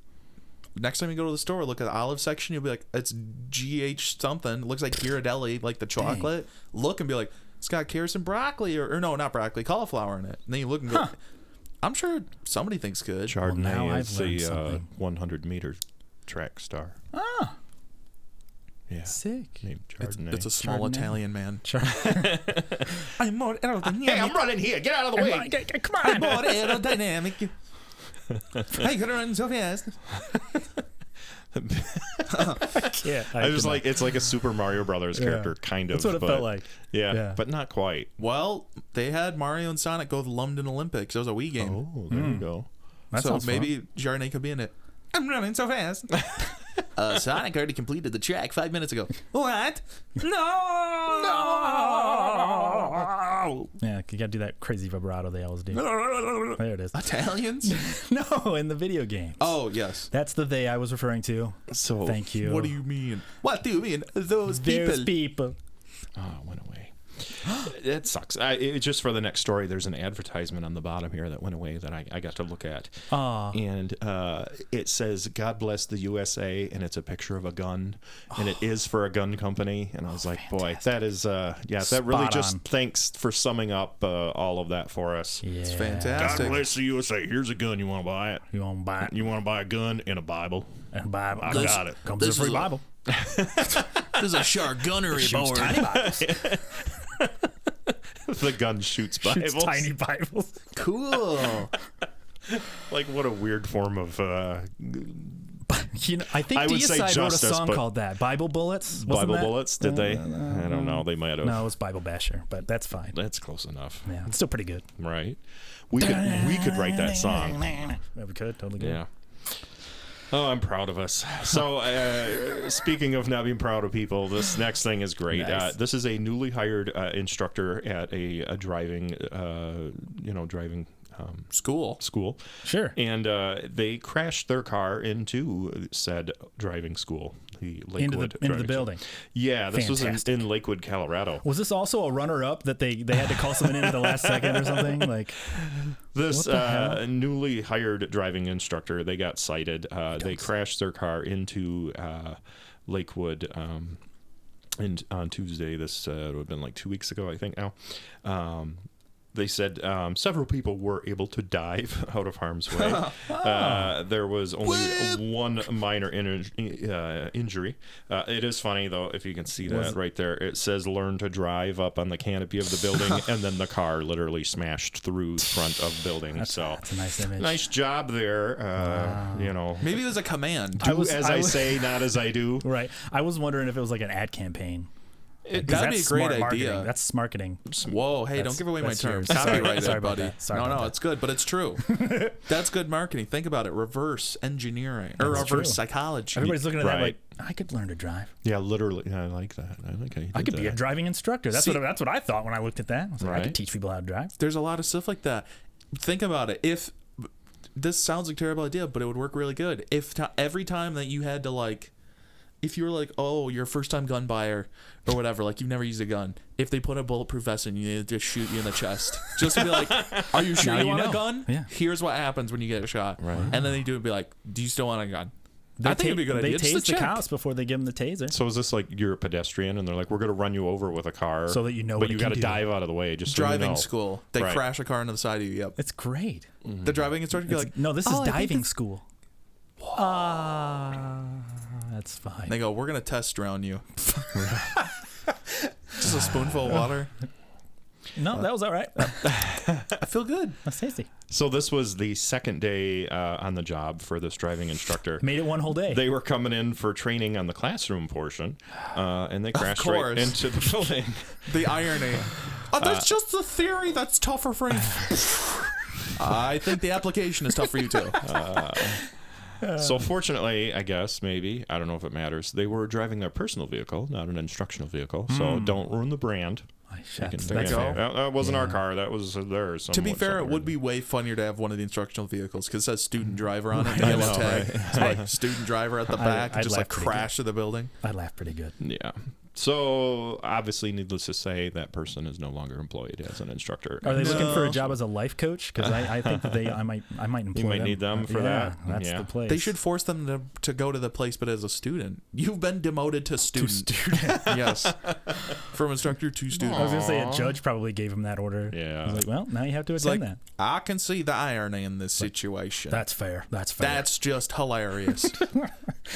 B: Next time you go to the store, look at the olive section. You'll be like, it's GH something. It looks like Ghirardelli, like the chocolate. Look and be like, it's got carrots and broccoli, or, or no, not broccoli, cauliflower in it. And then you look and go, I'm sure somebody thinks good.
A: Chardonnay
C: now
A: is
C: I've learned
A: the uh,
C: something.
A: 100 meter track star. Ah, yeah,
C: Sick.
A: named
B: It's,
A: Chardonnay.
B: it's a small
C: Chardonnay.
B: Italian man.
C: Char-
B: I'm more aerodynamic. Hey, I'm
A: running here. Get out of the way.
C: Come on.
B: more aerodynamic. I could run so fast.
C: Yeah,
A: I was like, it's like a Super Mario Brothers
C: Yeah.
A: character, kind of.
C: That's what it
A: but-
C: felt like.
A: Yeah,
C: Yeah.
A: but not quite.
B: Well, they had Mario and Sonic go to the London Olympics. It was a Wii game.
A: Oh, there
C: Hmm.
A: you go.
C: That
B: so
C: sounds fun.
B: maybe Jarnay could be in it. I'm running so fast. uh, Sonic already completed the track five minutes ago. What? No!
C: Yeah, you gotta do that crazy vibrato they always do.
B: No!
C: There it is.
B: Italians?
C: no, in the video game.
B: Oh, yes.
C: That's the they I was referring to.
A: So
C: Thank you.
B: What do you mean? What do you mean? Those
C: There's
B: people.
C: people.
A: Ah, it went away. that sucks. I, it, just for the next story, there's an advertisement on the bottom here that went away that I, I got to look at.
C: Aw.
A: And uh, it says, God bless the USA, and it's a picture of a gun, and it is for a gun company. And I was like, boy, that is, uh, yeah, that really
C: Oh, Spot
A: just
C: on.
A: thanks for summing up uh, all of that for us.
C: Yeah.
B: It's
A: God
B: fantastic.
A: bless the USA. Here's a gun. You want to buy it?
C: You want to buy it?
A: You want to buy a gun and a Bible?
C: And Bible. I
A: got it.
C: Comes with
B: This
C: a free
B: is a-
C: Bible.
B: This is a shark gunnery board.
A: the gun shoots Bibles.
C: Shoots tiny Bibles.
B: Cool.
A: Like, what a weird form of uh,
C: You know, I think
A: I would say
C: Deicide wrote a
A: justice,
C: song
A: but-
C: called that. Bible Bullets? Wasn't
A: Bible
C: that? uh, mm,
A: bullets. Did they? I don't know. They might have.
C: No, it was Bible Basher, but that's fine.
A: That's close enough,
C: Yeah, it's still pretty good.
A: right? We could we could write that song.
C: Yeah, we could totally. Good.
A: Yeah. Oh, I'm proud of us. So, uh, speaking of not being proud of people, this next thing is great.
C: Nice.
A: Uh, this is a newly hired uh, instructor at a, a driving, uh, you know, driving um,
B: School.
A: school.
C: Sure.
A: And uh, they crashed their car into said driving school. the Lakewood
C: into the into the
A: Driving School.
C: building.
A: Yeah, this was
C: Fantastic.
A: in, in Lakewood, Colorado.
C: Was this also a runner-up that they they had to call someone in at the last second or something? Like,
A: This
C: the
A: uh, newly hired driving instructor, they got cited. Uh, they crashed their car into uh, Lakewood. Um, and on Tuesday, this uh, would have been like two weeks ago, I think now. Um, they said um, several people were able to dive out of harm's way. uh, there was only one minor in- uh, injury. Uh, it is funny though, if you can see that right there. It says "Learn to drive" up on the canopy of the building, and then the car literally smashed through the front of building. so
C: that's a nice image.
A: nice job there. Uh, You know,
B: Maybe it was a command.
A: do
C: I was-
A: as
C: I
A: I,
C: was-
A: say, not as I do.
C: Right. I was wondering if it was like an ad campaign. 'Cause
B: That'd be a
C: that's
B: great
C: smart marketing.
B: idea.
C: That's marketing.
B: Whoa, hey,
C: That's-
B: don't give away my
C: that's
B: terms.
C: yours. Sorry-
B: Copyrighted,
C: sorry about
B: buddy.
C: that. Sorry
B: no,
C: about
B: no,
C: that.
B: it's good, but it's true. That's good marketing. Think about it. Reverse engineering or
C: That's
B: reverse
C: true.
B: psychology.
C: Everybody's looking at that
A: Right.
C: like I could learn to drive.
A: Yeah, literally. I like that. I like how you did
C: I could be a
A: that.
C: driving instructor. That's
B: See-
C: what that's what I thought when I looked at that. I was like, I
A: Right.
C: could teach people how to drive.
B: There's a lot of stuff like that. Think about it. If this sounds like a terrible idea, but it would work really good. If t- every time that you had to like, if you were like, oh, you're a first time gun buyer or whatever, like you've never used a gun. If they put a bulletproof vest in you, they just shoot you in the chest. Just to be like, are you sure
C: Now
B: you,
C: you
B: want
C: know.
B: a gun?
C: Yeah.
B: Here's what happens when you get a shot. Right. And then they do it and be like, do you still want a gun? I think it'd be a
C: ta-
B: good
C: They
B: idea.
C: tase
B: Just to
C: the
B: check.
C: cops before they give them the taser.
A: So is this like you're a pedestrian and they're like, we're going to run you over with a car,
C: So that you know
A: but
C: what
A: you
C: it can
A: gotta
C: do.
A: dive out of the way. Just so
B: driving
A: you know.
B: school. They
A: Right.
B: crash a car into the side of you. Yep.
C: It's great.
A: Mm.
B: The driving instructor be like,
C: no, this is
B: "Oh, I think
C: diving
B: this-"
C: school. Ah, that's fine.
B: They go, we're gonna test drown you. Just a spoonful of water.
C: no,
A: uh,
C: that was all right.
B: I feel good.
C: That's tasty.
A: So this was the second day uh, on the job for this driving instructor.
C: Made it one whole day.
A: They were coming in for training on the classroom portion, uh, and they crashed right
B: course.
A: into the building.
B: The irony. Oh, that's just the theory. That's tough for Frank. I think the application is tough for you too.
C: Uh.
A: so fortunately, I guess maybe I don't know if it matters. They were driving a personal vehicle, not an instructional vehicle. So
B: Hmm.
A: don't ruin the brand.
C: I-
A: You can
C: that's-
A: think
C: Oh, that's
A: of-
C: fair.
A: That, that wasn't our car. That was theirs.
B: to be fair, it would be way funnier to have one of the instructional vehicles because it says student driver on it. The
A: I
B: yellow
A: know,
B: tag. So, like student driver at the back,
C: I'd
B: just
C: like
B: like
C: to be
B: crash to the building.
C: I laughed pretty good.
A: Yeah. So obviously, needless to say, that person is no longer employed as an instructor.
C: Are they looking for a
B: No.
C: job as a life coach? Because I, I think that they, I might, I might employ
A: might
C: them.
A: need them
C: Uh,
A: for
C: yeah,
A: that.
C: That's
A: Yeah.
C: the place.
B: They should force them to, to go to the place, but as a student. You've been demoted to student. yes. From instructor to student.
C: I was gonna say a judge probably gave him that order.
A: Yeah.
C: I was like, well, now you have to
B: It's
C: attend
B: like,
C: that.
B: I can see the irony in this situation.
C: That's fair. That's fair.
B: That's just hilarious. can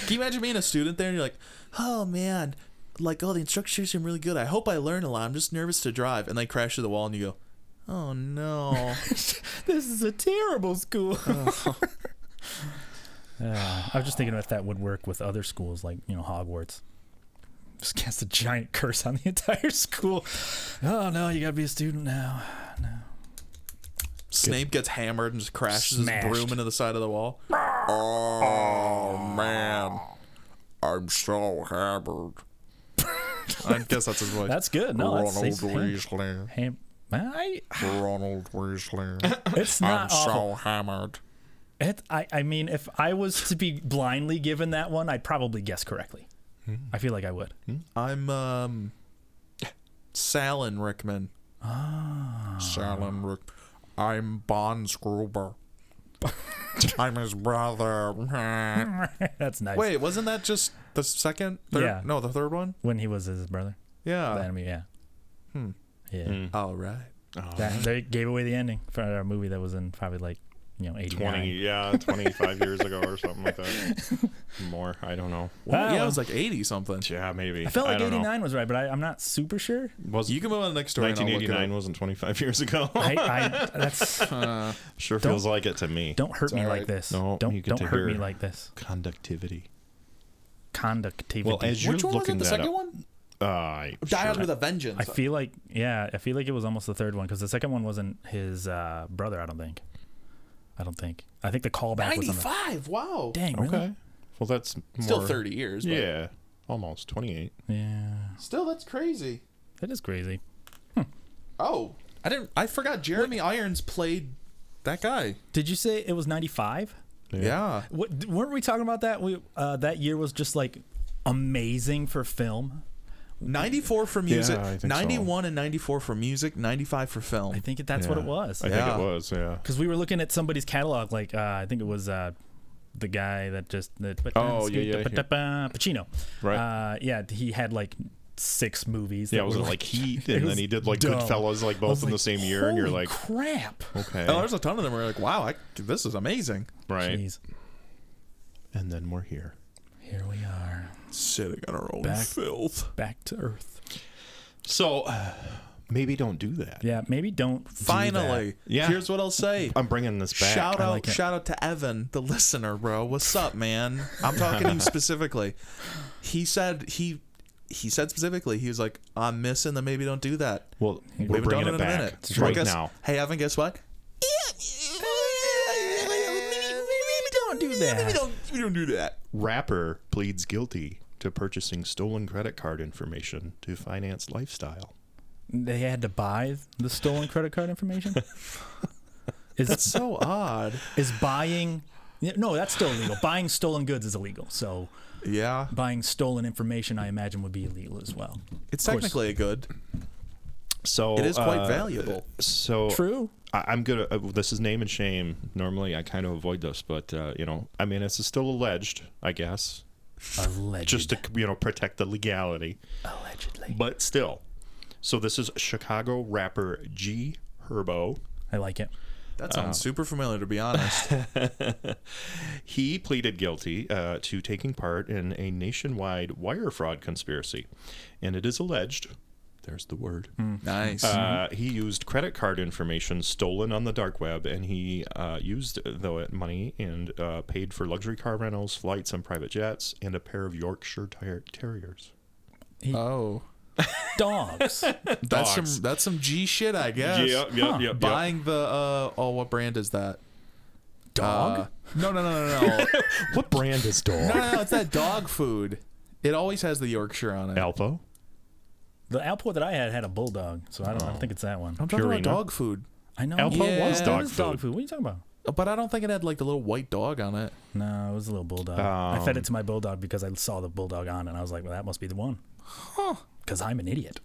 B: you imagine being a student there and you're like, oh man, like, oh, the instructors seem really good. I hope I learn a lot. I'm just nervous to drive. And they crash to the wall and you go, oh no.
C: this is a terrible school. Uh, Oh. I was just thinking if that would work with other schools like you know Hogwarts. Just cast a giant curse on the entire school. Oh no, you gotta be a student now.
B: Snape gets hammered and just crashes
C: Smashed.
B: his broom into the side of the wall.
D: Oh, man. I'm so hammered.
B: I guess that's his voice.
C: That's good. No, that's,
D: Ronald
C: that's ham,
D: Weasley.
C: ham, I,
D: Ronald Weasley.
C: it's
D: I'm
C: not awful.
D: so hammered.
C: It, I, I mean, if I was to be blindly given that one, I'd probably guess correctly. I feel like I would.
B: I'm um Salin Rickman. Ah.
D: Salon Rick. I'm Bonds Gruber. I'm his brother.
C: That's nice.
B: Wait, wasn't that just the second? Third?
C: Yeah.
B: No, the third one.
C: When he was his brother, the
B: Yeah.
C: enemy, yeah. Yeah.
B: All right.
C: That, they gave away the ending for a movie that was in probably like, you know, 89.
A: twenty, yeah, twenty-five years ago or something like that. More, I don't know.
C: Wow.
B: yeah, it was like eighty something.
A: Yeah, maybe.
C: I felt like
A: don't know.
C: 89 was right, but I, I'm not super sure.
A: was
B: You can move on to the next story. and I'll look it
A: 1989
B: up.
A: wasn't 25 years ago.
C: I, I, that's,
A: sure feels like it to me.
C: don't hurt me
D: all
C: like
D: right.
C: this.
A: No,
C: don't
A: you get
C: don't
A: to
C: hurt me
A: hear-
C: like this.
A: Conductivity.
C: Conductivity.
A: Well, as you're
B: Which one was
A: looking
B: it? The
A: that
B: second
A: up, uh,
B: one?
A: I-
B: Dialed
A: sure.
B: with a Vengeance.
C: I feel like, yeah, I feel like it was almost the third one because the second one wasn't his uh, brother, I don't think. I don't think. I think the callback was on the.
B: Ninety-five. Wow.
C: Dang, really?
A: Okay. Well, that's more,
B: Still thirty years. But
A: Yeah, almost 28.
C: Yeah.
B: Still, that's crazy.
C: That is crazy.
B: Oh, I didn't. I forgot. Jeremy Irons played that guy.
C: Did you say it was 95?
B: Yeah.
C: What, d- weren't we talking about that? We uh, that year was just like amazing for film.
B: 94 for music,
A: I think so.
B: 91 and 94 for music, 95 for
C: I
B: film.
C: think that's what it was.
A: I
B: Yeah.
A: think it was. Yeah.
C: Because we were looking at somebody's catalog, like uh, I think it was uh, the guy that just that. uh,
A: Oh, yeah, yeah, yeah.
C: Pacino.
A: Right.
C: Uh, yeah, he had like six movies.
A: Yeah,
C: that
A: it was
C: were,
A: like, Heat, and then
C: was
A: he did like
C: dumb.
A: Goodfellas, like
C: I
A: both
C: was
A: in the
C: like,
A: same year, and you're
C: "Holy
A: like,
C: crap.
A: okay,
B: Oh, there's a ton of them where you're like, wow, I, this is amazing.
A: right?
C: Jeez.
A: And then we're here.
C: Here we are,
B: Sitting on our own
C: Back-
B: filth.
C: back to earth.
A: So uh, maybe don't do that.
C: Yeah, maybe don't. do that.
B: Finally.
A: Yeah.
B: Here's what I'll say.
A: I'm bringing this back.
B: Shout
C: I
B: out,
C: like it.
B: shout out to Evan, the listener, bro. What's up, man? I'm talking to you specifically. He said he he said specifically he was like, I'm missing the maybe don't do that.
A: Well,
B: We
A: we're
B: haven't done
A: bringing
B: it in
A: it
B: a
A: back
B: minute. Well,
A: right
B: guess-
A: now.
B: Hey, Evan, guess what?
C: Maybe don't do that.
B: Maybe don't we don't do that.
A: Rapper pleads guilty to purchasing stolen credit card information to finance lifestyle.
C: They had to buy the stolen credit card information. is
B: That's so odd.
C: is buying? yeah, No, that's still illegal. buying stolen goods is illegal. So
B: Yeah,
C: buying stolen information, I imagine, would be illegal as well.
B: it's
C: course.
B: technically a good.
A: So
B: It is quite
A: uh,
B: valuable.
A: So
C: True.
A: I, I'm gonna. Uh, this is name and shame. Normally, I kind of avoid this, but uh, you know, I mean, it's still alleged, I guess,
C: Alleged.
A: just to you know protect the legality.
C: allegedly.
A: But still, so this is Chicago rapper G Herbo.
C: I like it.
B: That
A: uh,
B: sounds super familiar, to be honest.
A: He pleaded guilty uh, to taking part in a nationwide wire fraud conspiracy, and it is alleged. There's the word.
B: nice.
A: Uh, he used credit card information stolen on the dark web, and he uh, used the money and uh, paid for luxury car rentals, flights on private jets, and a pair of Yorkshire ter- terriers.
B: oh,
C: Dogs.
B: that's
A: dogs.
B: some that's some G shit, I guess.
A: Yep, yep,
C: Huh.
A: yep, yep.
B: Buying the uh, oh, what brand is that?
C: Dog.
B: Uh, no, no, no, no, no.
A: What brand is
B: No,
A: dog?
B: no, no, it's that dog food. It always has the Yorkshire on it.
A: Alpo.
C: the output that I had had a bulldog, so I don't. I think it's that one.
B: I'm talking
A: Purina.
B: about dog food,
C: I know.
A: Alpo
B: Yeah.
A: Oh. was
B: It
A: dog
C: It is
A: food.
C: dog food. What are you talking about?
B: but I don't think it had like the little white dog on it.
C: No, it was a little bulldog. I fed it
A: Um.
C: to my bulldog because I saw the bulldog on, and I was like, "Well, that must be the one." Because I'm an idiot.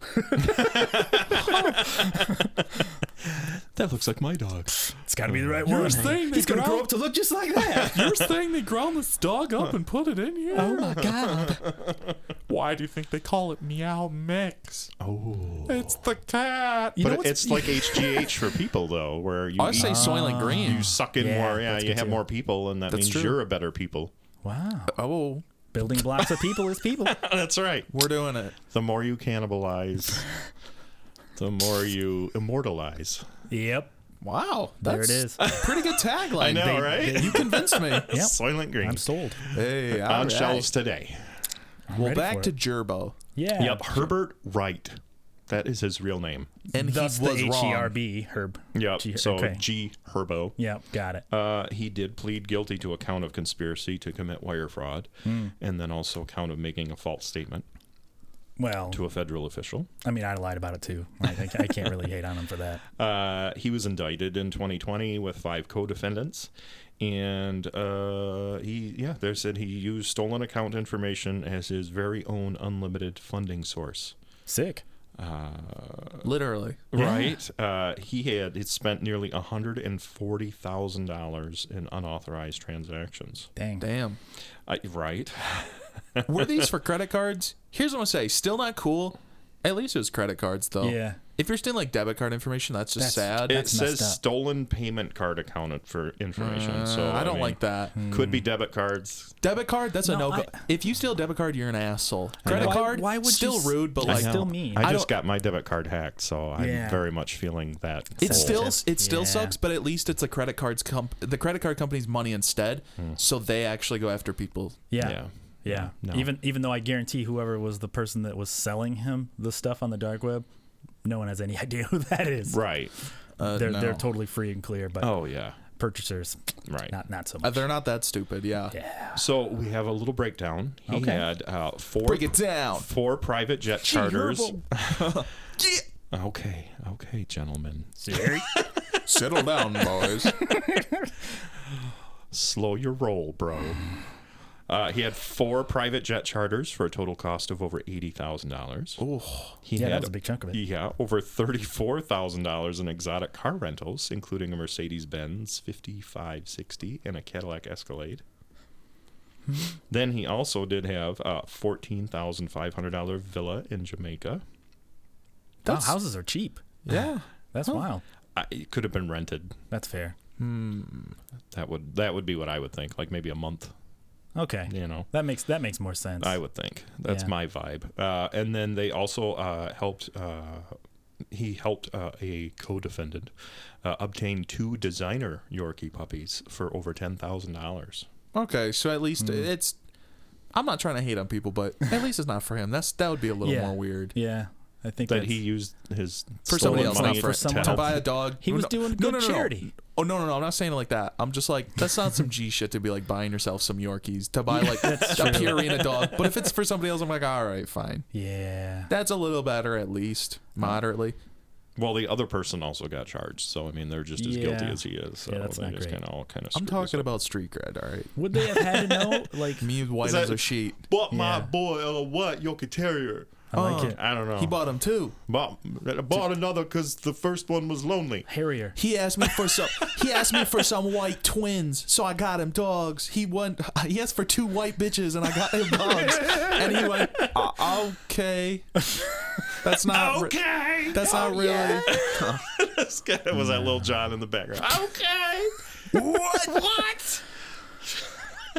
A: That looks like my dog.
C: It's got to be the right one.
B: saying
C: He's
B: they
C: gonna
B: grow-
C: grow up to look just like that.
B: You're saying they ground this dog up and put it in here?
C: oh my god!
D: Why do you think they call it Meow Mix?
A: Oh.
D: It's the cat.
C: You know
A: But
C: what's-
A: it's like HGH for people though, where you
B: I
A: eat-
B: say Soylent Green.
A: you suck in
C: Yeah,
A: more, yeah,
C: that's
A: you
C: good
A: have
C: too.
A: more people, and that
B: That's
A: means
B: true.
A: you're a better people.
C: wow.
B: oh,
C: Building blocks of people is people.
A: That's right.
B: we're doing it.
A: The more you cannibalize, the more you immortalize.
C: Yep.
B: Wow,
C: There
B: that's
C: it is.
B: Pretty good tagline.
A: I know,
B: They-
A: right?
B: You convinced me.
C: Yep.
A: Soylent Green
C: I'm sold.
B: hey, all
A: on
B: right.
A: shelves today.
B: Well,
C: ready
B: back
C: for
B: to
C: it.
B: Gerbo,
C: Yeah.
A: Yep, Herbert Wright. That is his real name.
B: and
C: Thus
B: he was
C: the H E R
B: wrong.
C: B herb.
A: Yep.
C: G-
A: so
C: okay.
A: G Herbo.
C: Yep. Got it.
A: Uh, he did plead guilty to a count of conspiracy to commit wire fraud,
C: Hmm.
A: and then also a count of making a false statement
C: Well,
A: to a federal official.
C: I mean, I lied about it too. Like, I, I can't really hate on him for that.
A: Uh, he was indicted in 2020 with five co-defendants, and uh, he yeah, they said he used stolen account information as his very own unlimited funding source.
C: Sick.
B: Literally.
A: Right. Uh, he had it spent nearly hundred and forty thousand dollars in unauthorized transactions.
C: Dang.
B: Damn.
A: Uh, right.
B: Were these for credit cards? Here's what I'm gonna say. Still not cool. At least it was credit cards though.
C: Yeah.
B: If you're stealing like debit card information, that's just
C: That's-
B: sad.
C: That's
A: it says
C: messed up.
A: stolen payment card account for information. so
B: I don't
A: mean,
B: like that.
A: Could be debit cards.
B: Debit card, that's a
C: No,
B: no go.
C: I-
B: If you steal a debit card, you're an asshole. Credit
C: Why-
B: card,
C: why would you
B: still
C: s-
B: rude, but
C: I
B: like
C: know. still mean.
A: I,
B: I
A: just
B: don't-
A: got my debit card hacked, so I'm
C: Yeah.
A: very much feeling that.
B: it
A: pull.
B: still
C: sensitive.
B: it still
C: Yeah.
B: sucks, but at least it's a credit card's comp the credit card company's money instead, so they actually go after people.
C: Yeah.
A: Yeah.
C: Yeah.
A: No.
C: Even even though I guarantee whoever was the person that was selling him the stuff on the dark web, no one has any idea who that is.
A: right.
B: Uh,
C: They're
B: no.
C: they're totally free and clear, but
A: Oh yeah.
C: purchasers,
A: Right.
C: not not so
B: Uh,
C: much.
B: they're not that stupid. Yeah.
C: yeah.
A: So we have a little breakdown. He
C: Okay.
A: had uh, four
B: Break it down.
A: four private jet charters.
C: Terrible.
A: Okay, okay, gentlemen,
B: Settle down, boys.
A: slow your roll, bro. Uh, he had four private jet charters for a total cost of over eighty thousand dollars. Oh, he
C: Yeah, that
A: had
C: was a big chunk of it.
A: Yeah, over thirty-four thousand dollars in exotic car rentals, including a Mercedes Benz fifty-five sixty and a Cadillac Escalade.
C: Hmm.
A: then he also did have a fourteen thousand five hundred dollar villa in Jamaica.
C: Those houses are cheap.
B: Yeah.
C: That's wild.
A: I, it could have been rented.
C: That's fair.
A: That would that would be what I would think. Like maybe a month,
C: Okay.
A: you know.
C: That makes that makes more sense.
A: I would think that's
C: Yeah.
A: my vibe. Uh, and then they also uh, helped. Uh, he helped uh, a co-defendant uh, obtain two designer Yorkie puppies for over ten thousand dollars.
B: Okay, so at least
C: Mm.
B: it's. I'm not trying to hate on people, but at least it's not for him. That's that would be a little
C: Yeah.
B: more weird.
C: yeah. I think
A: That
C: that's-
A: he used his
B: For
A: stolen
B: somebody else,
A: money
B: not for
A: to
C: someone
B: To
A: help.
C: else.
B: buy a dog,
C: He was doing good charity.
B: Oh no, no, no! I'm not saying it like that. I'm just like that's not some G shit to be like buying yourself some Yorkies to buy like a Purina dog. But if it's for somebody else, I'm like, all right, fine.
C: Yeah.
B: That's a little better, at least moderately.
A: Well, the other person also got charged, so I mean they're just as guilty
C: Yeah.
A: as he is. So
C: Yeah, that's
A: they
C: not
A: just
C: great.
A: kind of all kind of.
B: I'm talking about street cred, all right.
C: Would they have had to know? Like
B: Me as white
A: Is that-
B: as a sheet.
A: But
C: my
A: my
C: Yeah.
A: boy, uh, what Yorkie Terrier?
C: I like it.
A: I don't know.
B: Uh, He bought him too.
A: bought, bought another because the first one was lonely.
C: Harrier.
B: He asked me for some. he asked me for some white twins, so I got him dogs. He went. He asked for two white bitches, and I got him dogs. and he went, "Uh, okay, that's not. re-
A: Okay.
B: that's not really.
A: That's kind of was that little John in the background.
E: Okay.
B: what? What?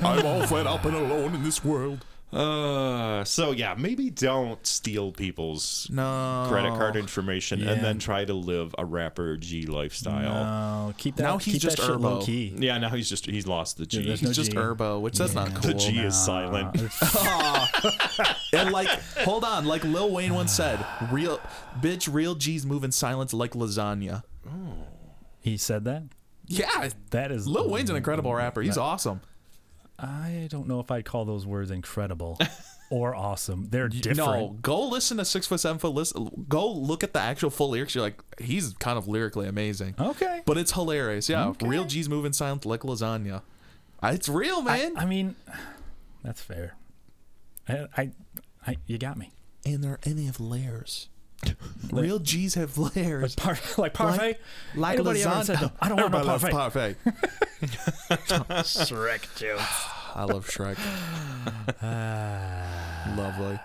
B: I'm all fed up and alone in this world.
A: Uh, so yeah, maybe don't steal people's
B: No.
A: credit card information
C: Yeah.
A: and then try to live a rapper G lifestyle.
C: No, Oh, keep that.
B: Now he's
C: keep
B: just
C: that shit
B: Erbo.
C: low key.
A: Yeah, now he's just he's lost the G.
C: there's
B: He's
C: no
B: just
C: G.
B: Erbo, which that's not cool.
A: the G is
C: Uh,
A: silent.
B: And like, hold on, like Lil Wayne once said, "Real bitch, real G's move in silence like lasagna."
C: He said that.
B: Yeah,
C: That is
B: Lil Wayne's an incredible rapper. He's awesome.
C: I don't know if I'd call those words incredible or awesome. They're different.
B: No, go listen to six foot seven foot. Listen, go look at the actual full lyrics. You're like, he's kind of lyrically amazing.
C: Okay.
B: but it's hilarious. Yeah, real G's move in silence like lasagna. It's real, man.
C: I mean, that's fair. I, I, I you got me.
B: and there are any of layers. real G's have layers.
C: Like, par- like parfait.
B: Like
C: Anybody ever
B: lasagna.
C: said that? I don't want no
B: Everybody loves
C: parfait.
B: parfait.
E: Shrek jokes.
B: I love Shrek. Lovely.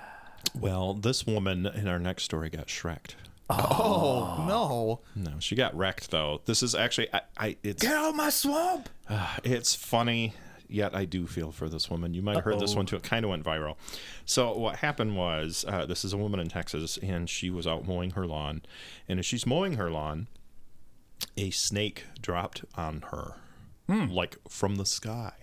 A: Well, this woman in our next story got shreked.
B: Oh no.
A: No, she got wrecked though. This is actually I, I it's
C: out my swamp.
A: It's funny, yet I do feel for this woman. You might have heard this one too. It kind of went viral. So what happened was, uh, this is a woman in Texas, and she was out mowing her lawn, and as she's mowing her lawn, a snake dropped on her,
C: Hmm.
A: like from the sky,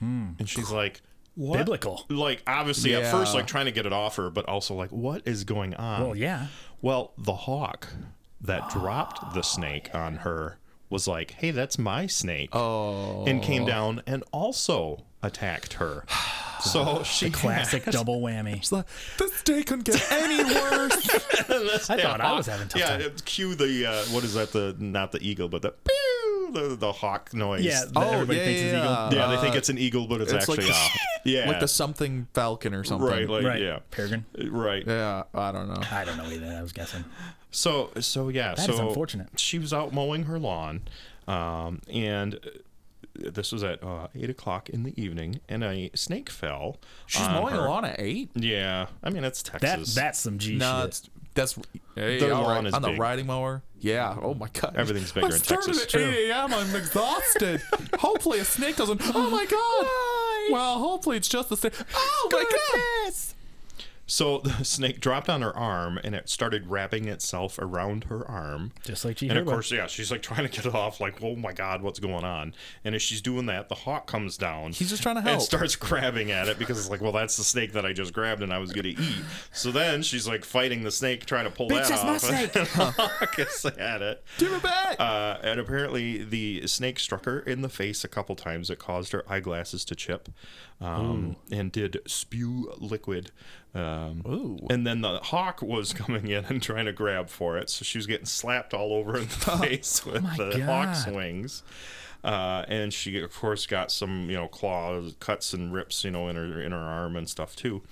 A: and she's like. What?
C: Biblical.
A: Like obviously at first
B: Yeah.
A: like trying to get it off her, but also like what is going on?
C: Well, Oh, yeah.
A: Well, the hawk that dropped the snake on her was like, "Hey, that's my snake," oh. and came down and also attacked her. So she
C: Classic double whammy.
B: It's like, This day couldn't get any worse.
C: I thought I was having a tough
A: yeah,
C: time.
A: it- cue the uh, what is that? The not the eagle, but the pew, the, the hawk noise.
C: Yeah, uh, that
B: Oh,
C: everybody
B: yeah,
C: thinks is
B: yeah, yeah.
C: eagle.
A: yeah, they think it's an eagle, but it's,
B: it's like
A: actually
B: the-
A: a- yeah,
B: Like the something falcon or something.
A: right, like
C: Right.
A: yeah,
C: Peregrine.
A: right.
B: Yeah, I don't know.
C: I don't know either. I was guessing.
A: So so yeah,
C: That
A: so
C: is unfortunate.
A: She was out mowing her lawn, um, and uh, this was at uh, eight o'clock in the evening, and a snake fell.
B: She's
A: on
B: mowing
A: her.
B: her lawn at eight.
A: Yeah, I mean it's
C: That
A: Texas.
C: that's some G
B: No,
C: shit.
B: it's that's hey,
A: Their
B: all
A: lawn
B: right,
A: is
B: on the
A: big.
B: riding mower. Yeah. Oh my god.
A: Everything's bigger
B: I
A: in
B: started
A: Texas.
B: At
A: True.
B: 8 a.m. I'm exhausted. hopefully a snake doesn't. Oh my god. Well, hopefully it's just the snake. Oh my god.
A: so the snake dropped on her arm, and it started wrapping itself around her arm.
C: Just like G.
A: And of
C: Herbo.
A: course, yeah, she's like trying to get it off, like, oh my God, what's going on? And as she's doing that, the hawk comes down.
B: He's just trying to
A: And
B: help.
A: starts grabbing at it because it's like, well, that's the snake that I just grabbed and I was going to eat. So then she's like fighting the snake, trying to pull that
E: that's my
A: off.
E: snake.
A: And the hawk is at it.
B: Give it back.
A: Uh, and apparently, the snake struck her in the face a couple times. It caused her eyeglasses to chip um, and did spew liquid. Um, And then the hawk was coming in and trying to
B: Oh
A: grab for it. So she was getting slapped all over in the face with
C: my
A: the hawk's
C: God.
A: wings. Uh, and she, of course, got some you know claws, cuts, and rips you know in her in her arm and stuff too.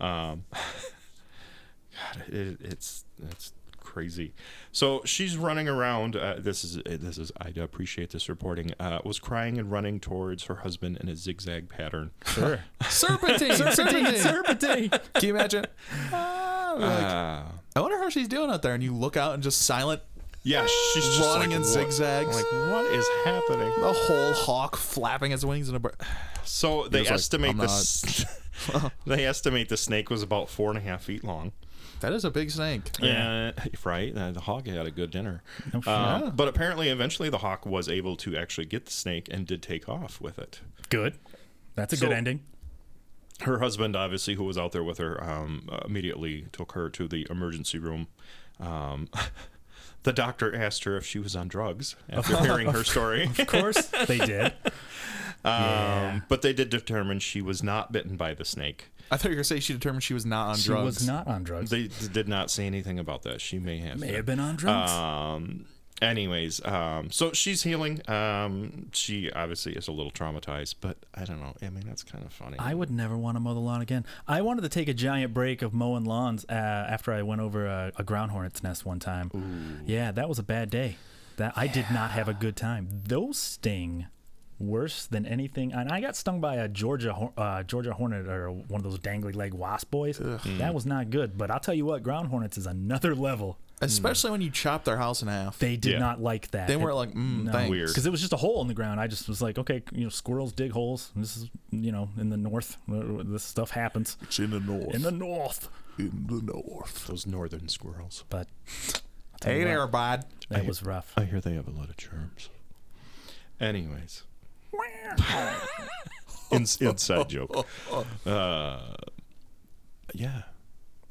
A: Um, God, it, it's it's crazy. So she's running around. Uh, this is this is I'd appreciate this reporting. Uh, was crying and running towards her husband in a zigzag pattern.
C: Sure.
B: Serpentine, serpentine,
C: Serpentine.
B: Can you imagine?
A: Oh.
B: Ah, like,
A: Ah.
B: I wonder how she's doing out there. And you look out and just silent,
A: yeah, she's just
B: running
A: like,
B: in Oh,
A: "What?"
B: zigzags.
A: Like what is happening?
B: the whole hawk flapping its wings in a. Br-
A: So they
B: was like,
A: estimate
B: "I'm
A: this. they estimate the snake was about four and a half feet long.
B: that is a big snake.
A: Yeah, right. Uh, the hawk had a good dinner,
C: No shit.
A: Uh, but apparently, eventually, the hawk was able to actually get the snake and did take off with it.
C: Good. That's a
A: So-
C: good ending.
A: her husband, obviously, who was out there with her, um, uh, immediately took her to the emergency room. Um, the doctor asked her if she was on drugs after hearing her story,
C: Of course, they did.
A: um, but they did determine she was not bitten by the snake.
B: I thought you were going to say she determined she was not on
C: She
B: drugs.
C: was not on drugs.
A: They d- did not say anything about that. She may have.
C: May
A: been.
C: have been on drugs.
A: Um, anyways, um, so she's healing. Um, she obviously is a little traumatized, but I don't know. I mean, that's kind of funny.
C: I would never want to mow the lawn again. I wanted to take a giant break of mowing lawns uh, after I went over a, a ground hornet's nest one time. Yeah, that was a bad day. That I did not have a good time. Those sting worse than anything. And I got stung by a Georgia hor- uh, Georgia hornet or one of those dangly leg wasp boys. That was not good. But I'll tell you what, ground hornets is another level.
B: Especially when you chop their house in half.
C: Mm. They did
A: Yeah.
C: not like that.
B: They weren't like, mm,
C: No.
B: thanks.
A: Weird.
C: because it was just a hole in the ground. I just was like, okay, you know, squirrels dig holes. This is, you know, in the north, uh, this stuff happens.
D: It's in the north.
C: In the north.
D: in the north.
A: Those northern squirrels.
C: But
B: Hey there, bud.
C: that was rough.
A: I hear they have a lot of germs. Anyways. In- inside joke. Uh, yeah.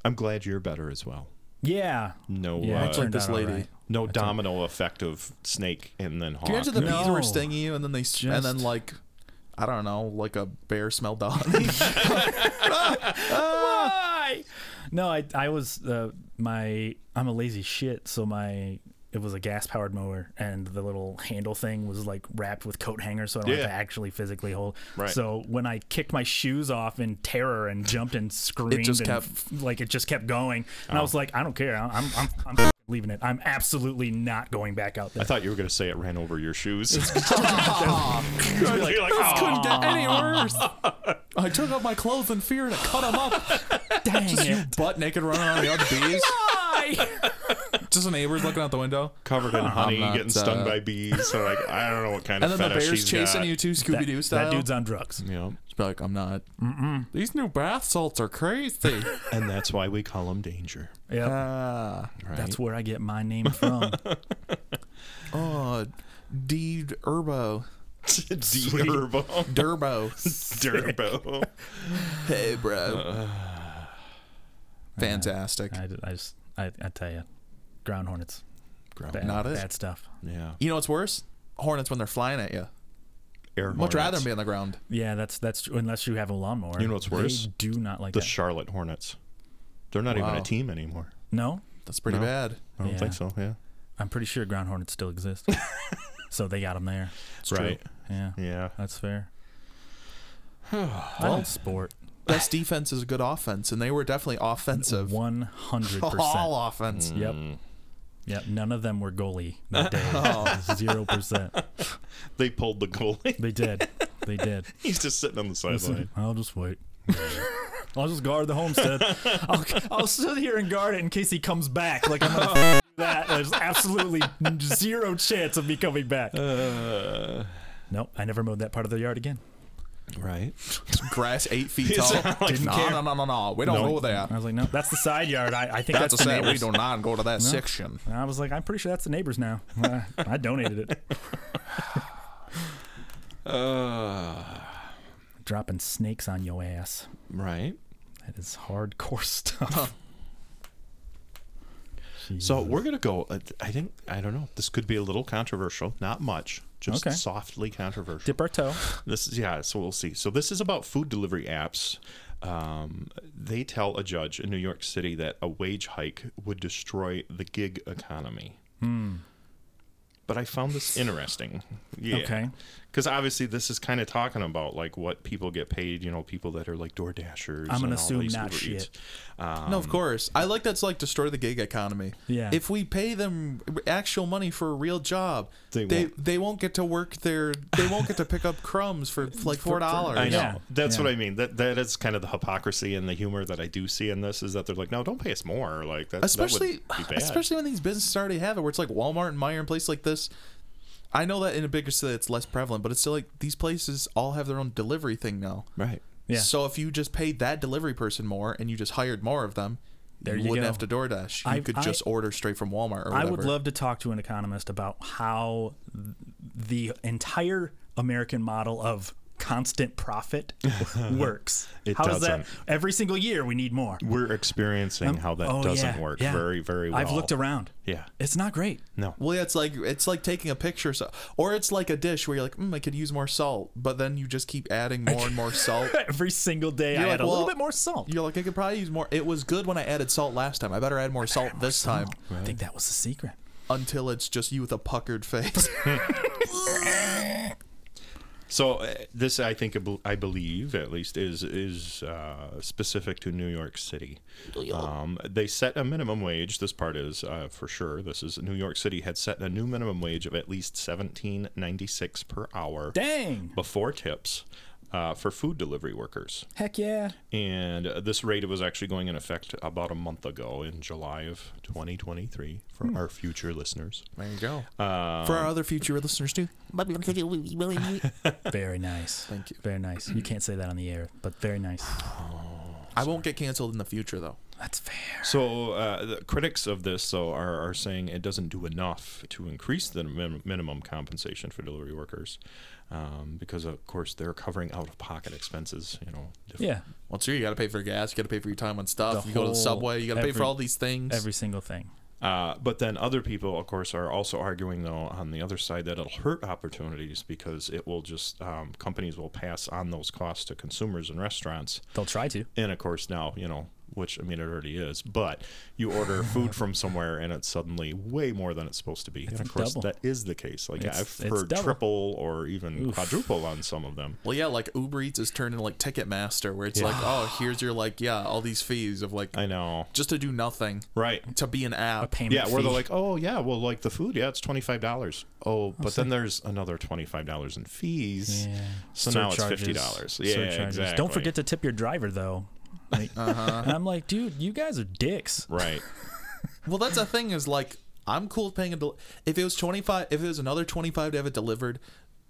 A: I'm glad you're better as well.
C: Yeah.
A: No,
C: Yeah,
A: uh,
C: it turned
B: this
C: out all
B: lady.
C: right.
A: no domino effect of snake and then hawk.
B: Can you imagine the
C: No.
B: bees were stinging you and then they and then
C: Just-
B: like I don't know, like a bear smell dog.
C: No, I I was uh, my I'm a lazy shit, so my it was a gas powered mower and the little handle thing was like wrapped with coat hangers so I don't
A: Yeah.
C: have to actually physically hold.
A: Right.
C: So when I kicked my shoes off in terror and jumped and screamed
B: just
C: and
B: kept- Oh.
C: f- like it just kept going. And I was like, I don't care. I'm I'm, I'm, I'm f- leaving it. I'm absolutely not going back out
A: I
C: there.
A: thought you were going to say it ran over your shoes.
B: You're
A: You're like, "Aw."
B: couldn't get any worse. I took off my clothes in fear and I cut them up.
C: Dang
B: You butt naked running on the other bees.
C: it.
B: Just the neighbors looking out the window.
A: covered in honey,
B: not,
A: getting stung
B: uh,
A: by bees. So like, I don't know what kind
B: And
A: of
B: then the
A: fetish
B: bears
A: he's
B: chasing
A: got.
B: you too, Scooby Doo style.
C: That dude's on drugs.
A: Yep.
B: Just be like, I'm not. These new bath salts are crazy.
A: and that's why we call him danger.
C: Yeah.
B: Ah.
A: Right?
C: That's where I get my name from.
B: Oh, D Urbo.
A: Durbo.
B: Durbo.
A: Durbo.
B: hey, bro. Fantastic.
C: Uh, I, I just, I, I tell you, ground hornets, bad,
B: Not it.
C: bad stuff.
A: Yeah.
B: You know what's worse? Hornets when they're flying at you.
A: Air
B: Much rather
A: hornets.
B: than be on the ground.
C: Yeah, that's that's true. Unless you have a lawnmower,
A: You know what's worse?
C: They do not like
A: the
C: that.
A: Charlotte Hornets. They're not even
B: Wow.
A: a team anymore.
C: no,
B: That's pretty
A: No.
B: bad.
A: I don't
C: Yeah.
A: think so. Yeah.
C: I'm pretty sure ground hornets still exist. so they got them there.
B: It's
A: right.
C: Yeah,
A: Yeah.
C: that's fair. well, sport.
B: Best defense is a good offense, and they were definitely offensive.
C: One hundred percent.
B: All offense.
C: Yep. Yep. None of them were goalie that day. Zero percent.
A: They pulled the goalie.
C: They did. They did.
A: He's just sitting on the sideline.
C: I'll just wait. I'll just guard the homestead. I'll, I'll sit here and guard it in case he comes back. Like I'm gonna f- that. There's absolutely zero chance of me coming back.
A: Uh,
C: nope, I never mowed that part of the yard again.
A: right.
C: Mm.
B: Grass eight feet tall.
C: Didn't
B: no,
C: care.
B: no, no, no, no. We don't go there.
C: I was like, no, that's the side yard. I, I think
B: That's
C: that's,
B: a
C: the
B: say. We
C: neighbors.
B: do not go to that section.
C: And I was like, I'm pretty sure that's the neighbors now. Uh, I donated it.
A: Uh,
C: Dropping snakes on your ass.
A: right.
C: That is hardcore stuff.
A: So we're gonna go. uh, I think I don't know. This could be a little controversial. Not much. Just
C: Okay.
A: softly controversial.
C: dip our toe.
A: This is yeah, so we'll see. So this is about food delivery apps. Um, they tell a judge in New York City
C: Hmm.
A: that a wage hike would destroy the gig economy. but I found this interesting. Yeah.
C: Okay.
A: Because obviously, this is kind of talking about like what people get paid. You know, people that are like door dashers.
C: I'm gonna
A: and all
C: assume
A: these
C: not
A: Uber
C: shit.
A: Eats. Um,
B: No, of course. I like that's like destroy the gig economy.
C: Yeah.
B: If we pay them actual money for a real job,
A: They
B: they they won't,
A: won't.
B: get to work their they won't get to pick up crumbs for like four dollars.
A: I know.
C: Yeah.
A: That's
C: Yeah.
A: what I mean. That that is kind of the hypocrisy and the humor that I do see in this is that they're like, no, don't pay us more. Like that,
B: Especially
A: that would be bad.
B: especially when these businesses already have it where it's like Walmart and Meyer and places like this. I know that in a bigger city it's less prevalent, but it's still like these places all have their own delivery thing now.
A: right.
C: Yeah.
B: So if you just paid that delivery person more and you just hired more of them,
C: There
B: you,
C: you
B: wouldn't
C: go.
B: have to DoorDash. You
C: I've-
B: could
C: I-
B: just order straight from Walmart or whatever.
C: I would love to talk to an economist about how th- the entire American model of constant profit works.
A: It
C: how does that?
A: doesn't.
C: Every single year, we need more.
A: We're experiencing how that
C: Oh,
A: doesn't
C: yeah,
A: work
C: yeah.
A: very, very well.
C: I've looked around.
A: Yeah.
C: It's not great.
A: No.
B: Well, yeah, it's like it's like taking a picture, so or it's like a dish where you're like, mm, I could use more salt, but then you just keep adding more and more salt.
C: Every single day, I
B: You're
C: add
B: like,
C: a little
B: well,
C: bit more salt.
B: You're like, I could probably use more. It was good when I added salt last time. I better add more salt this time
C: I think that was the secret.
B: until it's just you with a puckered face.
A: So uh, this, I think, I bel- I believe at least, is is uh, specific to New York City. Um, they set a minimum wage. This part is uh, for sure. This is New York City had set a new minimum wage of at least seventeen ninety six per hour
C: Dang.
A: before tips uh, for food delivery workers.
C: Heck yeah.
A: And uh, this rate was actually going in effect about a month ago in July of 2023 for
C: Hmm.
A: our future listeners.
B: there you go. For our other future listeners too.
C: Very nice.
B: Thank you.
C: Very nice. You can't say that on the air, but very nice.
B: I won't get canceled in the future though.
C: That's fair.
A: So uh, the critics of this so are, are saying it doesn't do enough to increase the min- minimum compensation for delivery workers um, because of course they're covering out of pocket expenses. You know, different-
C: Yeah.
B: Well, sure, you got to pay for gas, you got to pay for your time on stuff.
C: The
B: you go to the
C: whole-
B: subway, you got to pay for
C: every-
B: all these things.
C: Every single thing.
A: Uh, but then other people, of course, are also arguing though on the other side that it'll hurt opportunities because it will just um, companies will pass on those costs to consumers and restaurants.
C: They'll try to.
A: and of course now you know which i mean it already is but you order food from somewhere and it's suddenly way more than it's supposed to be and of course
C: double.
A: that is the case like
C: It's-
A: i've
C: it's
A: heard
C: double.
A: triple or even quadruple on some of them
B: Well, yeah, like Uber Eats is turned into like Ticketmaster, where it's like, oh, here's your like, yeah, all these fees of like
A: i know
B: just to do nothing,
A: right
B: to be an app.
C: A payment.
A: yeah where
C: fee.
A: they're like oh yeah well like the food yeah it's $25 oh but then there's another $25 in fees
C: Yeah.
A: so now it's
C: Surcharges.
A: $50 yeah
C: Surcharges.
A: exactly
C: Don't forget to tip your driver though. Like,
B: Uh-huh.
C: And I'm like, dude, you guys are dicks.
A: right
B: Well, that's the thing is like, I'm cool with paying a. Del- if it was twenty five, if it was another twenty five to have it delivered,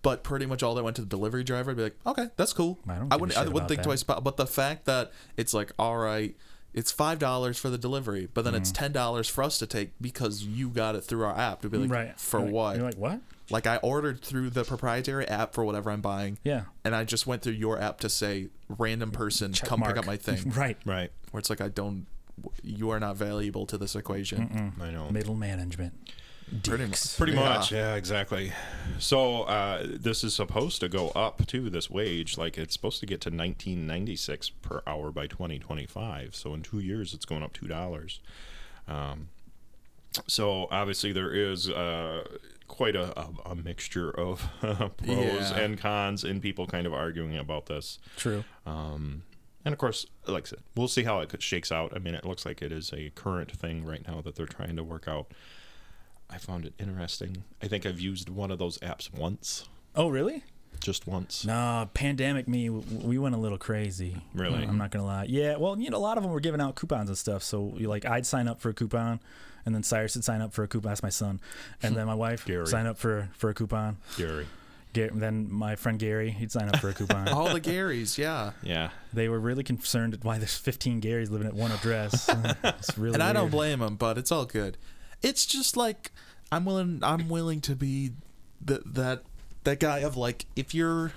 B: but pretty much all that went to the delivery driver, I'd be like, okay, that's cool.
C: I don't give
B: I
C: a
B: wouldn't.
C: shit
B: I wouldn't
C: about
B: think
C: that.
B: twice about. But the fact that it's like, all right. It's five dollars for the delivery, but then
C: Mm-hmm.
B: it's ten dollars for us to take because you got it through our app. To be like,
C: right.
B: for
C: You're like-
B: what?
C: You're like, what?
B: Like I ordered through the proprietary app for whatever I'm buying.
C: Yeah.
B: And I just went through your app to say random person
C: Check
B: come
C: mark.
B: pick up my thing.
C: right.
A: right
B: Where it's like I don't you are not valuable to this equation.
A: i know
C: Middle management.
B: Pretty mu-
C: Dicks.
A: Pretty
B: Yeah.
A: much, yeah, exactly. So uh, this is supposed to go up to this wage, like it's supposed to get to nineteen ninety six per hour by twenty twenty five. So in two years, it's going up two dollars. Um, so obviously, there is uh, quite a, a, a mixture of pros
B: Yeah.
A: and cons, and people kind of arguing about this.
C: True.
A: And of course, like I said, we'll see how it shakes out. I mean, it looks like it is a current thing right now that they're trying to work out. I found it interesting. I think I've used one of those apps once,
C: Oh, really?
A: just once.
C: Nah, pandemic me, w- we went a little crazy.
A: Really?
C: I'm not gonna lie. Yeah, well, you know, a lot of them were giving out coupons and stuff. So, you- like, I'd sign up for a coupon, and then Cyrus would sign up for a coupon. That's my son, and then my wife
A: Gary.
C: sign up for for a coupon.
A: Gary.
C: Ga- then my friend Gary, he'd sign up for a coupon.
B: All the Garys, yeah.
A: Yeah.
C: They were really concerned at why there's 15 Garys living at one address. it's really
B: And I don't
C: weird.
B: blame them, but it's all good. It's just like I'm willing I'm willing to be th- that that guy of like if you're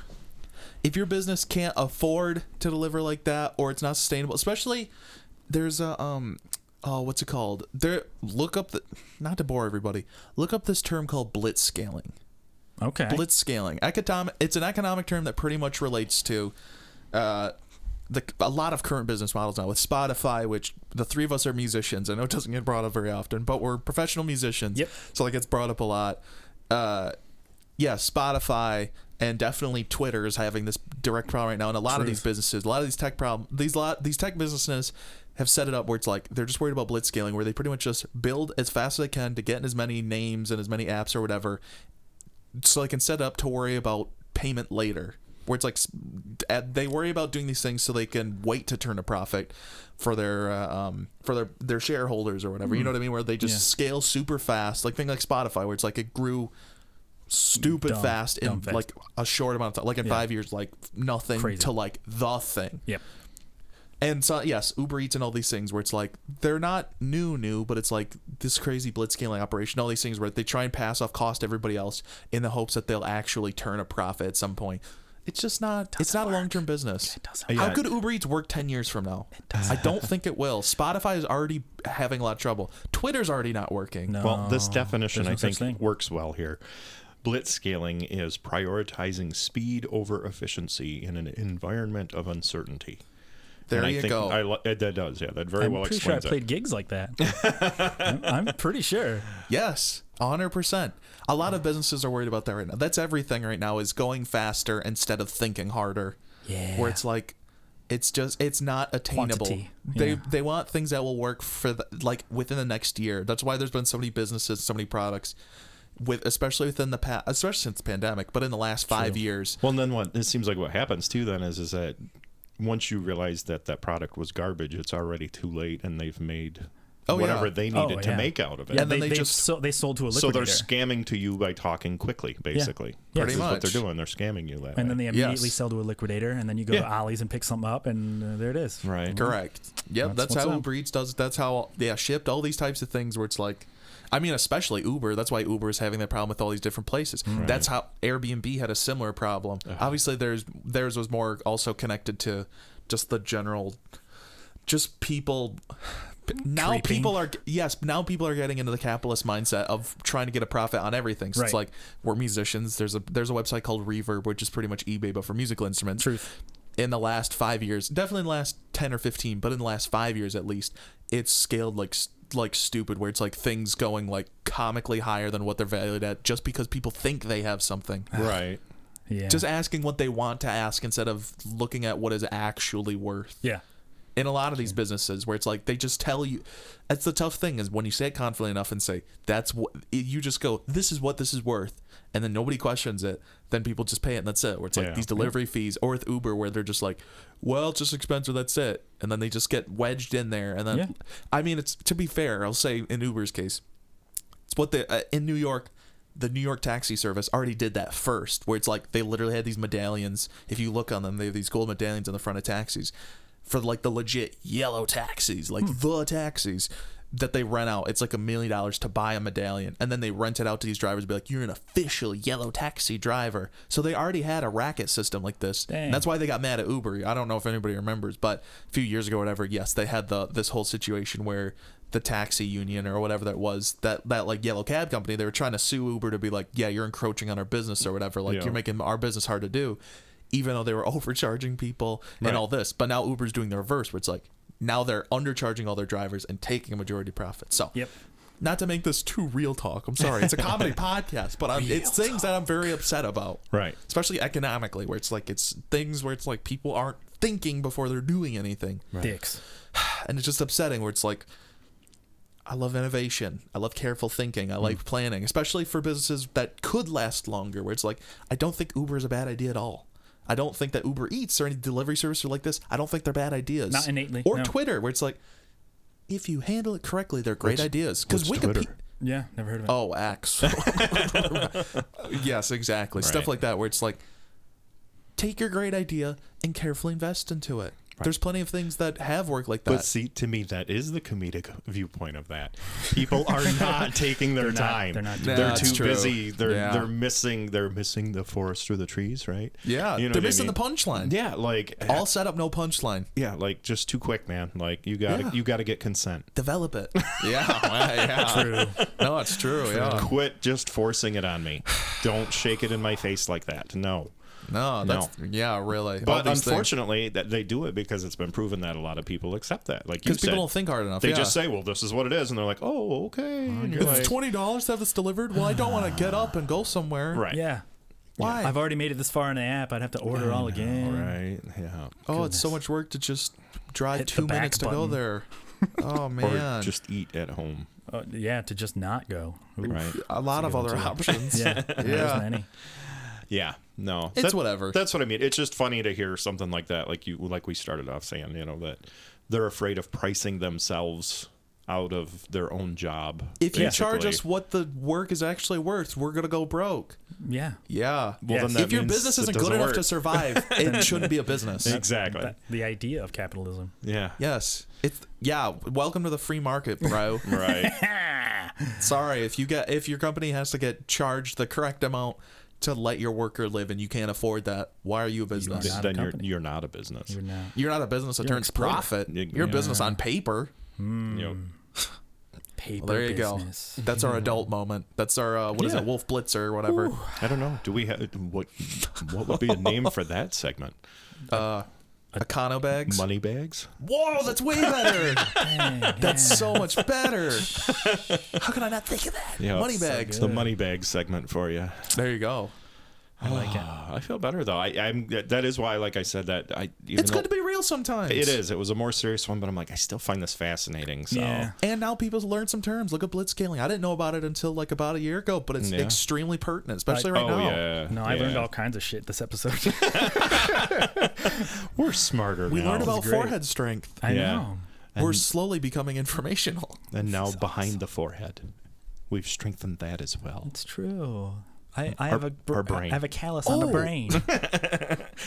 B: if your business can't afford to deliver like that or it's not sustainable, especially there's a um oh what's it called? There look up the not to bore everybody. Look up this term called blitz scaling.
C: Okay.
B: Blitz scaling. Economic. It's an economic term that pretty much relates to uh, the a lot of current business models now with Spotify, which the three of us are musicians. I know it doesn't get brought up very often, but we're professional musicians.
C: Yep.
B: So like it's brought up a lot. uh, yeah, Spotify and definitely Twitter is having this direct problem right now, and a lot of these businesses, a lot of these tech problem, these lot these tech businesses have set it up where it's like they're just worried about blitz scaling, where they pretty much just build as fast as they can to get in as many names and as many apps or whatever, so they can set up to worry about payment later. Where it's like s- at- they worry about doing these things so they can wait to turn a profit for their uh, um, for their their shareholders or whatever. You know what I mean? Where they just
C: Mm. Yeah.
B: scale super fast, like thing like Spotify, where it's like it grew stupid
C: Dumb,
B: fast in
C: dumb fast.
B: like a short amount of time, like in
C: Yeah.
B: five years, like nothing
C: Crazy.
B: to like the thing.
C: Yep.
B: And so yes, Uber Eats and all these things where it's like they're not new new, but it's like this crazy blitzscaling operation, all these things where they try and pass off cost to everybody else in the hopes that they'll actually turn a profit at some point. It's just not it's not a long term business.
C: doesn't
B: How
A: work.
B: could Uber Eats work ten years from now? I don't think it will. Spotify is already having a lot of trouble. Twitter's already not working.
C: No.
A: Well, this definition
C: Oh, there's
A: I
C: no such
A: think
C: thing.
A: works well here. Blitz scaling is prioritizing speed over efficiency in an environment of uncertainty.
B: There
A: and I
B: you
A: think
B: go.
A: I, li- that does, yeah. That very
C: I'm
A: well
C: pretty sure I
A: explains
C: played
A: it.
C: gigs like that. I'm, I'm pretty sure.
B: Yes, 100%. A lot of businesses are worried about that right now. That's everything right now is going faster instead of thinking harder.
C: Yeah.
B: Where it's like it's just it's not attainable.
C: Quantity,
B: They
C: yeah.
B: they want things that will work for the, like within the next year. That's why there's been so many businesses, so many products with especially within the past especially since the pandemic, but in the last 5 years.
A: Well, and then what it seems like what happens too then is is that once you realize that that product was garbage, it's already too late, and they've made
B: Oh, yeah.
A: whatever they needed
C: Oh,
A: to
C: yeah.
A: make out of it.
C: Yeah,
B: And then
C: they,
B: they
C: they
B: just-
C: so, they sold to a
A: so they're
C: liquidator,
A: scamming to you by talking quickly, basically. This
C: Yeah.
B: Pretty
A: is what they're
B: much.
A: doing. They're scamming you that
C: and then
A: way.
C: they immediately
B: Yes.
C: sell to a liquidator, and then you go to
A: Yeah.
C: Ollie's and pick something up, and uh, there it is.
A: right.
B: Correct. Yep,
C: That's
B: that's,
C: what's
B: how
C: up.
B: Uber Eats does it. That's how yeah, shipped all these types of things where it's like I mean, especially Uber. That's why Uber is having that problem with all these different places.
C: Mm-hmm.
B: That's how Airbnb had a similar problem.
C: Uh-huh.
B: Obviously, there's theirs was more also connected to just the general, just people. Now
C: Creeping.
B: people are yes. Now people are getting into the capitalist mindset of trying to get a profit on everything. So it's
C: Right.
B: like we're musicians. There's a there's a website called Reverb, which is pretty much eBay but for musical instruments
C: Truth.
B: in the last five years, definitely in the last ten or fifteen, but in the last five years at least, it's scaled like s- like stupid, where it's like things going like comically higher than what they're valued at, just because people think they have something.
A: Right.
C: Yeah.
B: Just asking what they want to ask instead of looking at what is actually worth
C: yeah.
B: in a lot of these businesses where it's like they just tell you that's the tough thing is when you say it confidently enough and say that's what it- you just go this is what this is worth and then nobody questions it then people just pay it and that's it where it's
A: Yeah.
B: like these delivery fees or with uber where they're just like well it's just expensive that's it and then they just get wedged in there and then
C: Yeah.
B: i mean it's to be fair i'll say in uber's case it's what the uh, in New York, the New York taxi service already did that first, where it's like they literally had these medallions. If you look on them, they have these gold medallions on the front of taxis for like the legit yellow taxis, like the taxis that they rent out. It's like a million dollars to buy a medallion, and then they rent it out to these drivers. Be like, you're an official yellow taxi driver. So they already had a racket system like this.
C: Dang.
B: And that's why they got mad at Uber. I don't know if anybody remembers, but a few years ago, or whatever. Yes, they had the this whole situation where the taxi union or whatever that was that that like yellow cab company they were trying to sue uber to be like yeah you're encroaching on our business or whatever like
A: Yeah.
B: you're making our business hard to do even though they were overcharging people
A: Right.
B: and all this but now uber's doing the reverse where it's like now they're undercharging all their drivers and taking a majority profit so
C: Yep.
B: not to make this too real talk i'm sorry it's a comedy podcast but I'm, it's things that i'm very upset about
A: Right.
B: especially economically where it's like it's things where it's like people aren't thinking before they're doing anything
C: Dicks.
B: and it's just upsetting where it's like I love innovation. I love careful thinking.
C: Hmm.
B: I like planning, especially for businesses that could last longer. Where it's like, I don't think Uber is a bad idea at all. I don't think that Uber Eats or any delivery service or like this. I don't think they're bad ideas.
C: Not innately,
B: Or
C: no.
B: Twitter, where it's like, if you handle it correctly, they're great ideas. Because
A: what's
B: Wikipedia.
A: Twitter?
C: Yeah. Never heard of it.
B: Oh, Axe. yes, exactly. Stuff
A: Right.
B: like that, where it's like, take your great idea and carefully invest into it. There's plenty of things that have worked like that.
A: But see, to me, that is the comedic viewpoint of that. People are not taking their
C: They're not-
A: time.
C: they're not
A: They're
C: doing
B: that.
A: too
B: That's true.
A: busy. They're
B: Yeah.
A: they're missing. They're missing the forest through the trees, right?
B: Yeah,
A: You know
B: they're
A: what I
B: missing
A: mean?
B: the punchline.
A: Yeah, like
B: All set up, no punchline.
A: yeah, like just too quick, man. Like you gotta
B: Yeah.
A: you gotta get consent.
B: Develop it. Yeah, yeah. True. No, it's true. Yeah.
A: Quit just forcing it on me. Don't shake it in my face like that. No.
B: No, that's yeah, really.
A: But unfortunately, that they do it because it's been proven that a lot of people accept that. Like you
B: because
A: said,
B: people don't think hard enough,
A: they
B: yeah.
A: just say, "Well, this is what it is," and they're like, "Oh, okay." and you're
B: If
A: like,
B: it's twenty dollars to have this delivered, well, I don't want to get up and go somewhere.
A: right?
C: Yeah.
B: Why?
C: I've already made it this far in the app. I'd have to order all again.
A: Right. Yeah.
B: oh, it's so much work to just drive
C: Hit the
B: two
C: back
B: minutes to go
C: button.
B: there. Oh
A: Or
B: man,
A: just eat at home.
C: Uh, yeah, to just not go. Ooh,
A: Right.
B: a lot of other options.
C: Yeah. There's
B: yeah.
C: many.
A: Yeah, no,
B: It's whatever.
A: That's what I mean. It's just funny to hear something like that, like you, like we started off saying, you know, that they're afraid of pricing themselves out of their own job.
B: If you charge
A: basically.
B: us what the work is actually worth, we're gonna go broke.
C: Yeah.
B: Yeah.
A: Well, then
C: Yes.
A: that
B: if your
A: means
B: business
A: it
B: isn't good
A: doesn't
B: enough
A: work.
B: to survive, it shouldn't be a business.
A: exactly,
C: That- the idea of capitalism.
A: yeah,
B: Yes. It's yeah. Welcome to the free market, bro.
A: right,
B: Sorry if you get if your company has to get charged the correct amount to let your worker live and you can't afford that. Why are you a business?
C: not a
A: then you're
C: company.
A: you're not a business.
C: You're not.
B: You're not a business that
C: You're an
B: turns
C: exploiter.
B: profit.
A: Yeah.
B: You're a business on paper. Mm.
A: You know,
C: Paper
B: Well, there you
C: business.
B: go. That's our adult moment. That's our uh, what is
A: Yeah.
B: it? Wolf Blitzer or whatever.
A: I don't know. Do we have what? What would be a name for that segment?
B: Econo bags.
A: Money bags.
B: Whoa, that's way better.
C: Dang,
B: that's so much better.
E: How could I not think of that?
A: Yeah,
B: Money
A: it's
B: bags.
A: The money bag segment for you. Uh,
B: There you go.
C: I like it.
A: I feel better though. I, I'm. That is why, like I said, that I. even
B: It's good
A: though-
B: to be real sometimes.
A: It is. It was a more serious one, but I'm like, I still find this fascinating. So.
C: Yeah.
B: And now people learn some terms. Look at blitzscaling. I didn't know about it until like about a year ago, but it's
A: Yeah.
B: extremely pertinent, especially
A: oh
B: right now.
A: yeah.
C: No, I
A: yeah.
C: learned all kinds of shit this episode.
A: We're smarter.
B: We
A: now.
B: learned about
C: great.
B: forehead strength.
C: I
A: Yeah.
C: know.
B: We're slowly becoming informational.
A: and now behind the forehead, we've strengthened that as well.
C: It's true. I, I have a br-
A: our brain.
C: I have a callus on the
B: Oh.
C: brain.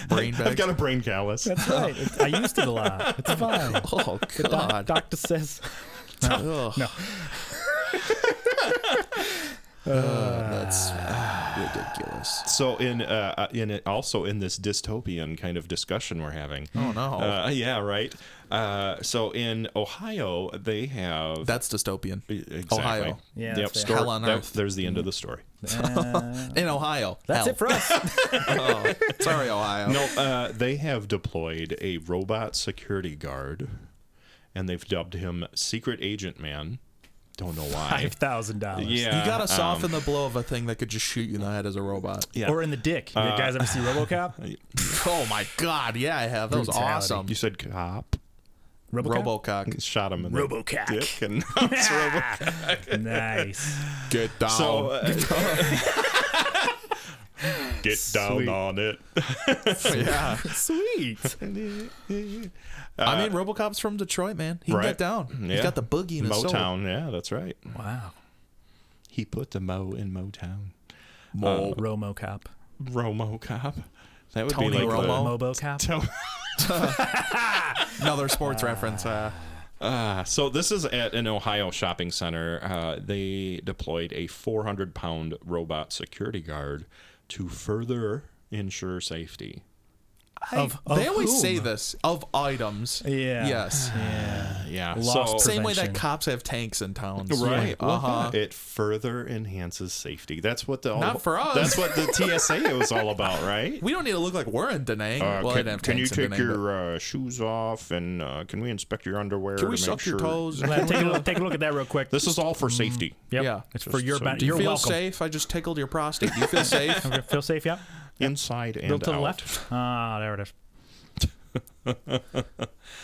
B: Brain
A: I've
B: bags.
A: got a brain callus.
C: That's right. It's, I used it a lot. It's fine.
B: oh
C: The doc-
B: god.
C: doctor says.
B: Ugh.
C: No.
B: Ugh, Oh, that's ridiculous.
A: So in uh, in it, also in this dystopian kind of discussion we're having.
B: Oh no.
A: Uh, yeah, right. Uh, so in Ohio, they have
B: that's dystopian.
A: exactly.
B: Ohio.
A: Yep.
C: Yeah, that's Mm-hmm.
A: Story-
B: Hell on
A: that-
B: Earth.
A: there's the end of the story.
C: Uh,
B: In Ohio.
C: that's
B: Hell.
C: it for us.
B: Oh, sorry, Ohio.
A: No, uh, they have deployed a robot security guard, and they've dubbed him Secret Agent Man. Don't know why.
C: Five thousand dollars.
A: yeah,
B: You gotta
A: um,
B: soften the blow of a thing that could just shoot you in the head as a robot.
A: yeah.
C: Or in the dick. You guys ever see RoboCop?
B: Oh my god, yeah, I have. That was
C: Brutality.
B: awesome.
A: you said cop.
C: RoboCop.
B: Robocock.
A: Shot him in
C: Robocock.
A: the dick, and now it's Robo-
C: nice.
B: Get down.
A: so uh, get down
C: Sweet.
A: on it.
B: yeah.
C: Sweet.
B: I mean, Robocop's from Detroit, man. He can
A: right.
B: get down.
A: Yeah.
B: He's got the boogie in his soul.
A: Motown, yeah, that's right.
C: Wow.
A: He put the mo in Motown.
B: Mo.
C: RomoCop.
A: Romo cop. That would
B: Tony
A: be like
B: Romo.
A: the-
C: MoboCop.
A: Tell-
B: Another sports reference. Uh,
A: Uh, so this is at an Ohio shopping center. Uh, they deployed a 400-pound robot security guard to further ensure safety.
C: Of-
B: they
C: of
B: always
C: whom?
B: say this of items.
C: Yeah.
B: Yes.
A: Yeah.
C: Lost
A: so
B: Same way that
C: Prevention.
B: cops have tanks in towns.
A: right.
B: Uh huh.
A: It further enhances safety. That's what the all,
B: Not for us.
A: That's what the TSA was all about, right?
B: We don't need to look like we're in Denang.
A: Uh,
B: well, I didn't
A: can,
B: have
A: can you
B: tanks in
A: take
B: Denang,
A: your uh, shoes off and uh, can we inspect your underwear?
B: Can we
A: to make
B: suck
A: sure?
B: your toes? Mm-hmm.
C: Let- take, a look, take a look at that real quick.
A: This is all for safety.
C: Yep.
B: Yeah.
C: It's for your
A: so-
C: ben-
A: Do you
B: you
C: You're
B: feel
C: welcome.
B: safe? I just tickled your prostate. Do you feel safe?
C: Okay, Feel safe, yeah?
A: Inside and
C: Go to the
A: out.
C: left. Ah, there it is.
A: So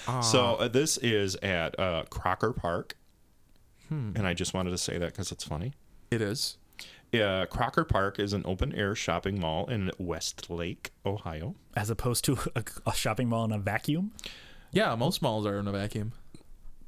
C: Uh-huh.
A: uh, this is at uh, Crocker Park,
C: Hmm.
A: and I just wanted to say that because it's funny.
B: it is.
A: Uh, Crocker Park is an open-air shopping mall in Westlake, Ohio.
C: As opposed to a, a shopping mall in a vacuum?
B: Yeah, most malls are in a vacuum.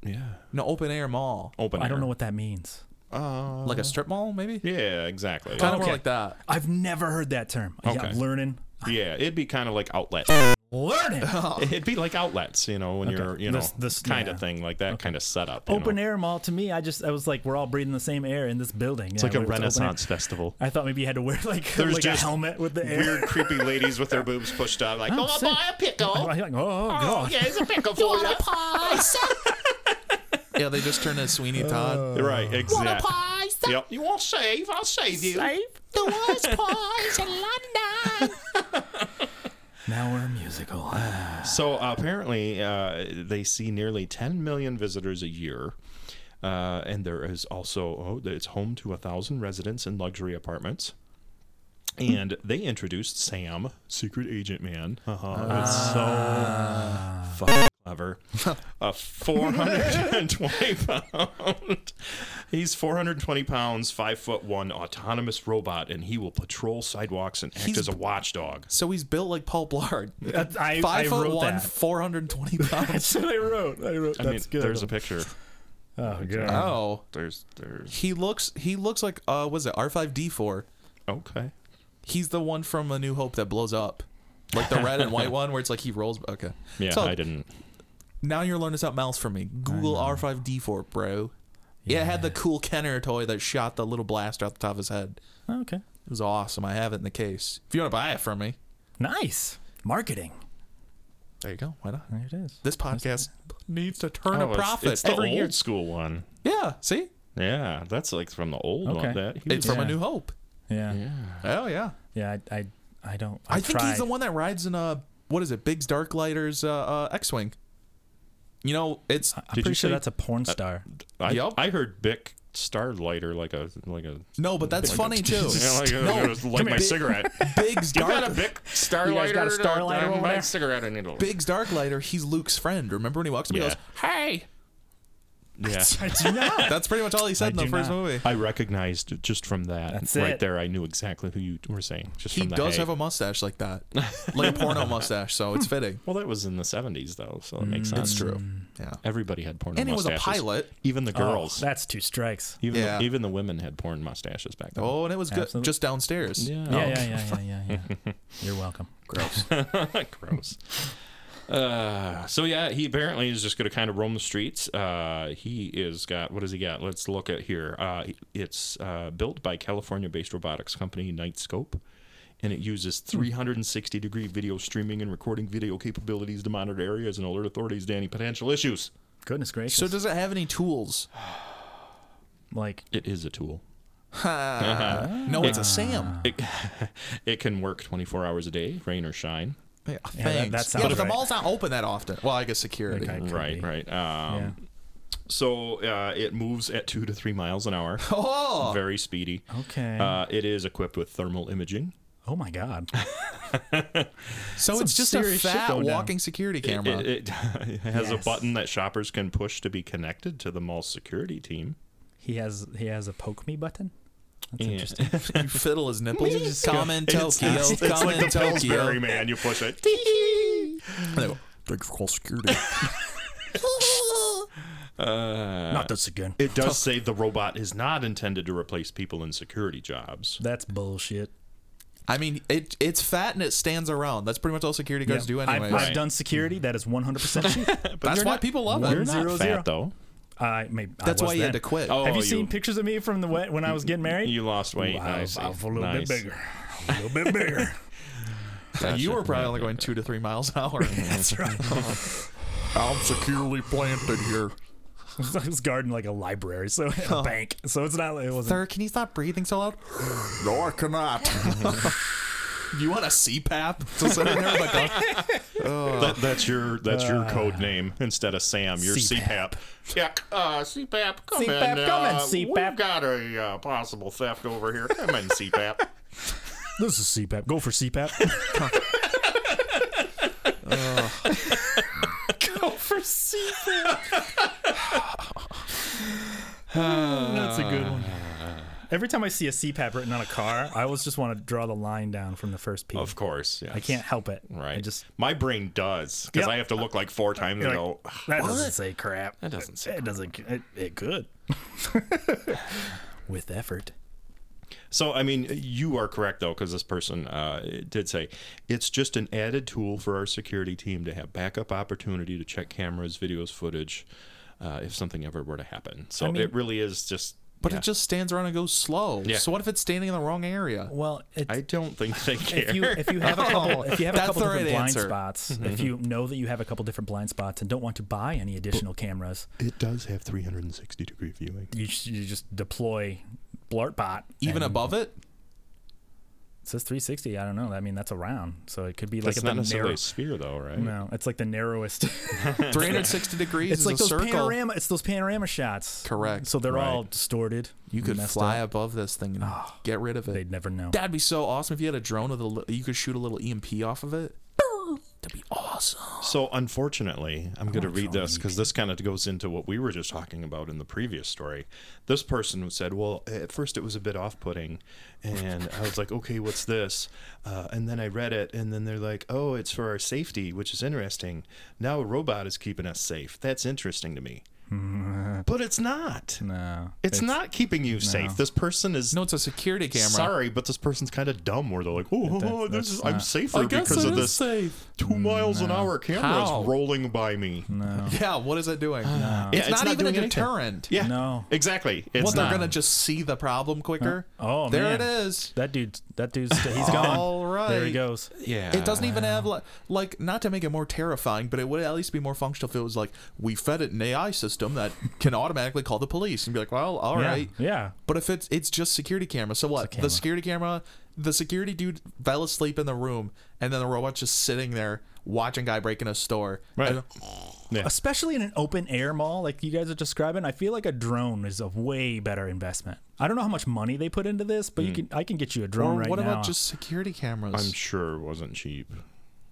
A: Yeah,
B: No, open air mall.
A: open.
C: I don't
A: air.
C: know what that means.
A: Uh,
B: Like a strip mall, maybe?
A: yeah, exactly.
B: Kind of
C: Okay.
B: more like that.
C: I've never heard that term. Yeah,
A: Okay.
C: I'm learning.
A: yeah, it'd be kind of like outlet.
C: Oh. Learning!
A: It'd be like outlets, you know, when you're, you know,
C: This- this-
A: kind
C: yeah.
A: of thing, like that kind of setup. you
C: open
A: know.
C: air mall to me i just i was like we're all breathing the same air in this building
A: It's like a Renaissance festival.
C: i thought maybe you had to wear like,
A: There's
C: like a
A: just
C: helmet with the air
A: Weird, creepy ladies with their boobs pushed out, like,
C: Oh,
A: oh,
C: sick.
A: boy, a pickle.
C: I'm like, oh, god
E: Here's a pickle for you. pie, son?
B: Yeah, they just turned to Sweeney
A: Uh.
B: Todd.
A: Right,
E: Want a
A: exactly.
E: pie, son?
A: Yep. You want save? I'll save you.
E: The worst pies in London.
C: Now we're a musical.
A: So uh, apparently, uh, they see nearly 10 million visitors a year. Uh, and there is also, oh, it's home to a thousand residents in luxury apartments. And they introduced Sam, Secret Agent Man. Uh-huh. It's so fucking clever. A 420 pound. He's 420 pounds, five foot one autonomous robot, and he will patrol sidewalks and act
B: He's-
A: as a watchdog.
B: So he's built like Paul Blart.
C: That's- I-
B: Five
C: I
B: foot
C: wrote
B: one,
C: that.
B: four hundred twenty pounds.
C: That's what I wrote. I wrote.
A: I
C: that's
A: mean,
C: good.
A: there's a picture.
C: oh god.
B: oh,
A: There's, there's.
B: he looks he looks like uh, was it R five D four?
A: Okay.
B: He's the one from A New Hope that blows up, like the red and white one where it's like he rolls. Okay,
A: Yeah,
B: So,
A: I didn't.
B: Now you're learning something else from me. Google R five D four, bro. Yeah. it had the cool Kenner toy that shot the little blaster out the top of his head.
C: Okay.
B: It was awesome. I have it in the case. If you want to buy it from me,
C: Nice marketing.
B: there you go. Why not?
C: There it is.
B: This podcast needs to turn
A: Oh,
B: a
A: it's-
B: profit
A: It's, the
B: every
A: old
B: year.
A: school one.
B: Yeah, see,
A: Yeah, that's like from the old
C: Okay.
A: one. That he
B: it's
A: was-
B: from A
C: Yeah.
B: New Hope.
C: Yeah. Yeah.
B: Oh yeah.
C: I, I, I don't. I,
B: I think
C: tried.
B: he's the one that rides in a what is it? Big's Darklighter's uh, uh, X-wing. You know, it's
C: I'm
A: Did you
C: pretty sure
A: say-
C: that's a
B: Uh,
C: porn star.
A: I,
B: Yup.
A: I heard Bic Starlighter like a like a.
B: no, but that's funny too.
A: You know, like, a-
B: No,
A: like a- like my
B: Bi-
A: cigarette.
B: Big's
A: You got a
B: Dark
A: Bic Starlighter?
C: You guys got a Starlighter
A: Um,
C: over
A: my
C: there?
A: cigarette I need a-
B: Big's Darklighter. He's Luke's friend. Remember when he walks up?
A: Yeah.
B: He goes, "Hey."
A: Yeah.
C: I do not.
B: That's pretty much all he said in the
C: do
B: first
C: not.
B: movie.
A: I recognized just from that
C: That's
A: right
C: it.
A: there. I knew exactly who you were saying. Just
B: He
A: from the
B: does
A: hey.
B: have a mustache like that, like a porno mustache. So it's fitting.
A: Well, that was in the seventies though, so it makes sense.
B: Mm, It's true. Yeah.
A: Everybody had porn
B: And he was a
A: mustaches.
B: pilot.
A: Even the girls.
C: Oh, that's two strikes.
A: even
B: Yeah.
A: the, even the women had porn mustaches back then.
B: Oh, and it was good.
C: Absolutely.
B: Just downstairs.
A: Yeah. Oh.
C: Yeah, yeah, yeah, yeah, yeah, yeah. You're welcome.
B: Gross.
A: Gross. Uh, so yeah, he apparently is just going to kind of roam the streets. Uh, he is got what does he got? Let's look at here. Uh, it's uh, built by California-based robotics company Nightscope, and it uses
C: Hmm.
A: 360-degree video streaming and recording video capabilities to monitor areas and alert authorities to any potential issues.
C: Goodness gracious.
B: so does it have any tools?
C: like
A: It is a tool.
B: No, it's a Sam.
A: It, it can work 24 hours a day, rain or shine.
B: Yeah,
C: Yeah,
B: thanks.
C: that- that
B: yeah, but
C: sounds
B: the
C: right.
B: mall's not open that often. Well, I guess security.
C: Like, I could
A: right,
C: be.
A: right. Um,
C: Yeah.
A: So uh, it moves at two to three miles an hour.
B: Oh,
A: Very speedy.
C: Okay.
A: Uh, it is equipped with thermal imaging.
C: oh my God.
B: so it's
C: some
B: just a
C: serious shit
B: fat
C: going down.
B: walking security
A: It,
B: camera.
A: it, it has a
C: Yes.
A: button that shoppers can push to be connected to the mall's security team.
C: He has he has a poke me button. That's
A: Yeah.
C: interesting.
B: you fiddle his nipples. Come in
A: And
B: Tokyo.
A: it's- it's- it's
B: Come
A: like
B: in
A: the Pillsbury
B: Tokyo.
A: man. You push it.
B: They go, Thanks for calling security.
C: Not this again.
A: Uh, It does say the robot is not intended to replace people in security jobs.
C: That's bullshit.
B: I mean, it it's fat and it stands around. That's pretty much all security guards
C: Yeah.
B: do
C: I've,
B: anyways.
C: I've done security. That is 100% cheap.
B: That's
A: you're
B: why
A: not-
B: people love
C: You're
B: it.
A: You're not
C: Zero,
A: fat
C: zero.
A: though.
C: I maybe I
B: That's
C: was
B: why you had
C: then.
B: to quit.
A: Oh,
C: Have you,
A: you-
C: seen pictures of me from the wet when I was getting married?
A: You lost weight.
C: I
A: I
C: was,
A: see.
C: I was a little
A: Nice.
C: bit bigger. A little bit bigger.
B: Yeah, you were probably only going two to three miles an hour.
C: That's right.
D: I'm securely planted here.
C: I was guarding like a library, so a bank. So it's not. It wasn't.
B: Sir, can you stop breathing so loud?
D: No, I cannot.
B: You want a CPAP? Just sit in there with a gun.
C: Oh.
A: That, that's your that's
C: Ah.
A: your code name instead of Sam. Your
C: CPAP.
A: CPAP.
F: Yeah, uh, CPAP, come
C: CPAP,
F: in.
C: come in,
F: uh,
C: CPAP.
F: We've got a uh, possible theft over here. Come in, CPAP.
C: This is CPAP. Go for CPAP. Go for CPAP. Oh, That's a good one. Every time I see a CPAP written on a car, I always just want to draw the line down from the first P.
A: Of course.
C: I
A: yes.
C: can't help it.
A: Right.
C: I just
A: my brain does because
C: Yep.
A: I have to look like four times and go.
C: that doesn't say crap. That
A: doesn't say
C: It doesn't. It, it could. With effort.
A: So, I mean, you are correct though, because this person uh, did say it's just an added tool for our security team to have backup opportunity to check cameras, videos, footage, uh, if something ever were to happen. So
C: mean-
A: it really is just.
B: But
A: yeah.
B: it just stands around and goes slow.
A: Yeah.
B: So what if it's standing in the wrong area?
C: Well, it,
A: I don't think they care.
C: if you if you have a couple if you have a
B: Oh, That's
C: couple
B: the
C: different
B: right
C: blind
B: answer. Mm-hmm.
C: spots, if you know that you have a couple different blind spots and don't want to buy any additional cameras,
A: it does have 360 degree viewing.
C: you, sh- you just deploy Blartbot.
B: Even
C: and-
B: above it?
C: It says 360. I don't know. I mean, that's a round, so it could be like
A: That's
C: at
A: not
C: the
A: necessarily
C: narrow.
A: a sphere, though, right?
C: No, it's like the narrowest.
B: 360 degrees
C: it's
B: is
C: like
B: a
C: those
B: circle.
C: panorama. It's those panorama shots.
B: Correct.
C: So they're
A: Right.
C: all distorted.
B: you could
C: messed
B: fly
C: up.
B: above this thing and get rid of it.
C: They'd never know.
B: That'd be so awesome if you had a drone with a li- you could shoot a little EMP off of it. That'd be awesome.
A: So, unfortunately, I'm going to read this because this kind of goes into what we were just talking about in the previous story. This person said, Well, at first it was a bit off putting. And I was like, Okay, what's this? Uh, and then I read it, and then they're like, Oh, it's for our safety, which is interesting. Now a robot is keeping us safe. That's interesting to me. but it's not.
C: No.
A: It's, not keeping you safe. This person is.
B: No, it's a security camera.
A: Sorry, but this person's kind of dumb. Where they're like, "Oh,
C: That's-
A: this
C: that's
A: is I'm
C: not-
A: safer
B: I guess
A: because
B: it
A: of
B: is
A: this
B: safe.
A: two miles an hour cameras
B: Mm, How?
A: rolling by me."
B: Yeah, what is it doing?
A: Yeah,
B: It's, not, even a
A: doing anything.
B: deterrent.
A: Yeah.
C: No.
A: Exactly. It's
B: What, they're
A: not.
B: gonna just see the problem quicker.
C: Oh,
B: there it
C: man.
B: is.
C: That dude. That dude's. He's gone.
B: All right.
C: There he goes.
A: yeah.
B: It doesn't even have like, like not to make it more terrifying, but it would at least be more functional if it was like we fed it an AI system that can automatically call the police and be like, well, all right.
C: Yeah. Yeah.
B: But if it's it's just security camera, so what? The
C: camera.
B: security camera, the security dude fell asleep in the room, and then the robot's just sitting there watching guy break in a store.
A: Right.
B: And-
C: especially in an open air mall like you guys are describing i feel like a drone is a way better investment i don't know how much money they put into this but you
A: Hmm.
C: can i can get you a drone
B: or
C: right
B: what
C: now
B: about just security cameras?
A: I'm sure it wasn't cheap.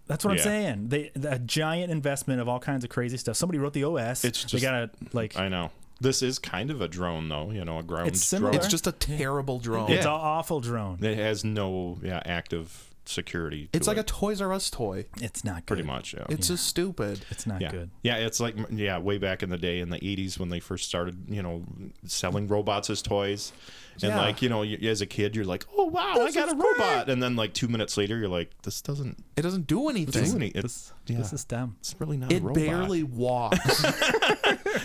C: that's what i'm
A: yeah.
C: saying they a giant investment of all kinds of crazy stuff somebody wrote the os
A: It's
C: they
A: just-
C: gotta like
A: I know. This is kind of a drone, though. You know, a ground
C: It's similar.
B: it's
A: drone.
B: just a terrible drone.
C: it's
A: Yeah.
C: an awful drone
A: It has no yeah, active security. to
B: It's like a
A: it,
B: Toys R Us toy.
C: it's not good
A: pretty much. Yeah.
B: It's just stupid.
C: it's not
A: yeah.
C: good
A: yeah, it's like yeah, way back in the day in the '80s when they first started, you know, selling robots as toys, and
B: Yeah.
A: like you know, you, as a kid, you're like, oh wow,
B: This
A: I got
B: is
A: a robot, and then like two minutes later, you're like, this doesn't
B: It doesn't do
A: do
B: anything.
A: any. It's, yeah,
C: this is dumb
A: it's really not. a
B: It
A: robot.
B: barely walks.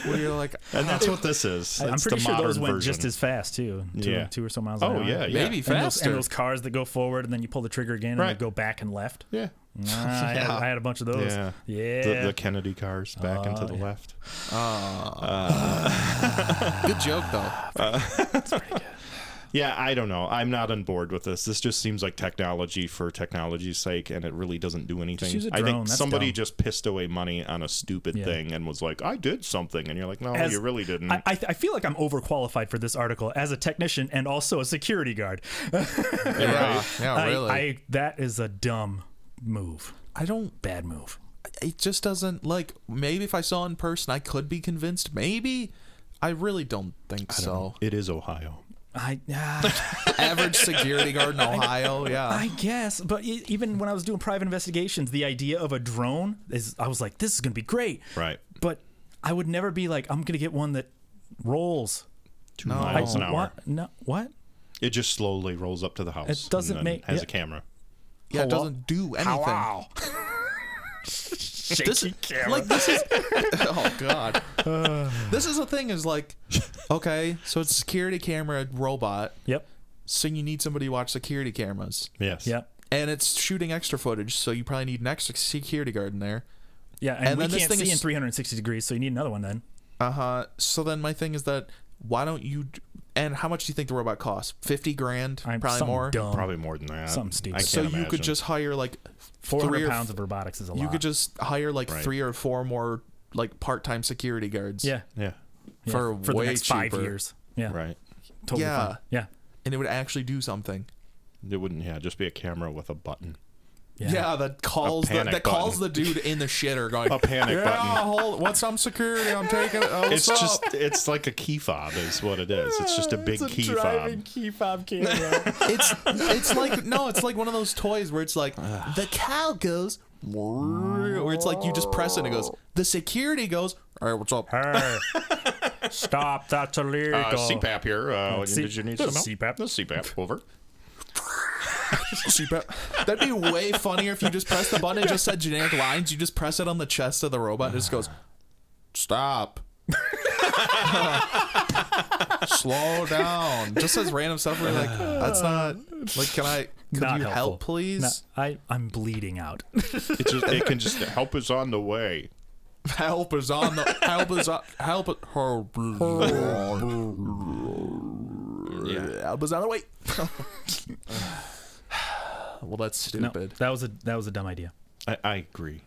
B: Where you're like,
A: and that's what this is.
C: i'm
A: It's the
C: pretty sure those
A: modern
C: went
A: version.
C: just as fast too two,
A: Yeah.
C: two or so miles an
A: Oh
C: hour
A: yeah, yeah.
B: maybe
C: and those,
B: faster.
C: and those cars that go forward and then you pull the trigger again and
A: Right.
C: they go back and left
A: Yeah.
C: Nah, I, had, I had a bunch of those
A: Yeah.
C: yeah Oh,
A: The, the Kennedy cars back into the left.
B: good joke though.
A: Yeah, I don't know. I'm not on board with this. This just seems like technology for technology's sake, and it really doesn't do anything.
C: use a
A: I
C: drone,
A: think
C: that's
A: somebody
C: dumb.
A: just pissed away money on a stupid
C: Yeah.
A: thing and was like, I did something. And you're like, no,
C: As-
A: Oh, you really didn't.
C: I, I, th- I feel like I'm overqualified for this article as a technician and also a security guard.
B: Yeah, yeah,
C: I,
B: really.
C: I that is a dumb move,
B: I don't
C: bad move.
B: it just doesn't like maybe if I saw in person I could be convinced. Maybe I really don't think so.
A: it is Ohio.
C: I ah,
B: Average security guard in Ohio, yeah.
C: I guess, but e- even when I was doing private investigations, the idea of a drone is I was like, this is gonna be great,
A: Right.
C: But I would never be like, I'm gonna get one that rolls.
A: Two miles an hour.
C: What? No, what?
A: It just slowly rolls up to the house. and
C: doesn't
A: then
C: make-
A: has
C: yeah.
A: a camera.
B: yeah, it doesn't do anything.
E: Wow.
B: This, like this is Oh god. this is the thing is like okay, so it's security camera robot,
C: Yep.
B: so you need somebody to watch security cameras.
A: Yes.
C: Yep.
B: And it's shooting extra footage, so you probably need an extra security guard in there.
C: Yeah, and,
B: And
C: we
B: then this
C: can't
B: thing
C: see in
B: is-
C: 360 degrees, so you need another one then.
B: Uh huh. So then my thing is that why don't you? And how much do you think the robot costs? Fifty grand,
C: I'm
B: probably
C: something
B: more.
C: Dumb.
A: Probably more than that.
C: Something
A: I
C: stupid.
A: can't
B: So you
A: imagine.
B: could just hire like three
C: 400
B: or
C: pounds
B: f-
C: of robotics is a lot.
B: You could just hire like
A: Right.
B: three or four more like part-time security guards.
C: yeah.
A: Yeah.
C: Yeah,
B: For
C: for the
B: way
C: next
B: cheaper.
C: five years. Yeah,
A: Right.
C: Totally
B: Yeah.
C: fine. yeah,
B: and it would actually do something.
A: It wouldn't, yeah, just be a camera with a button.
B: Yeah, that calls the, that
A: panic
B: calls the dude in the shitter going.
A: A panic
B: yeah,
A: button.
B: hold. What's some security? I'm taking. it. Oh,
A: It's
B: what's
A: just,
B: up?
A: it's like a key fob, is what it is. It's just a big key fob.
C: key fob camera.
B: It's it's like no. It's like one of those toys where it's like the cow goes. Where it's like you just press it and it goes. The security goes. All right, what's up?
C: stop! That's illegal.
A: Uh, CPAP here. Uh,
C: C-
A: did you need some help?
C: there's CPAP.
A: There's CPAP. Over.
B: CPAP. That'd be way funnier if you just press the button and just said generic lines. You just press it on the chest of the robot and it just goes, stop. Slow down. Just says random stuff. We're like, that's not like. Can I? Could
C: Not
B: you
C: helpful.
B: help, please?
C: No, I I'm bleeding out.
A: It just it can just help is on the way.
B: Help is on the. Help is on. Help. it- Help is on the way. Well, that's
C: No,
B: stupid.
C: that was a that was a dumb idea.
A: I, I agree.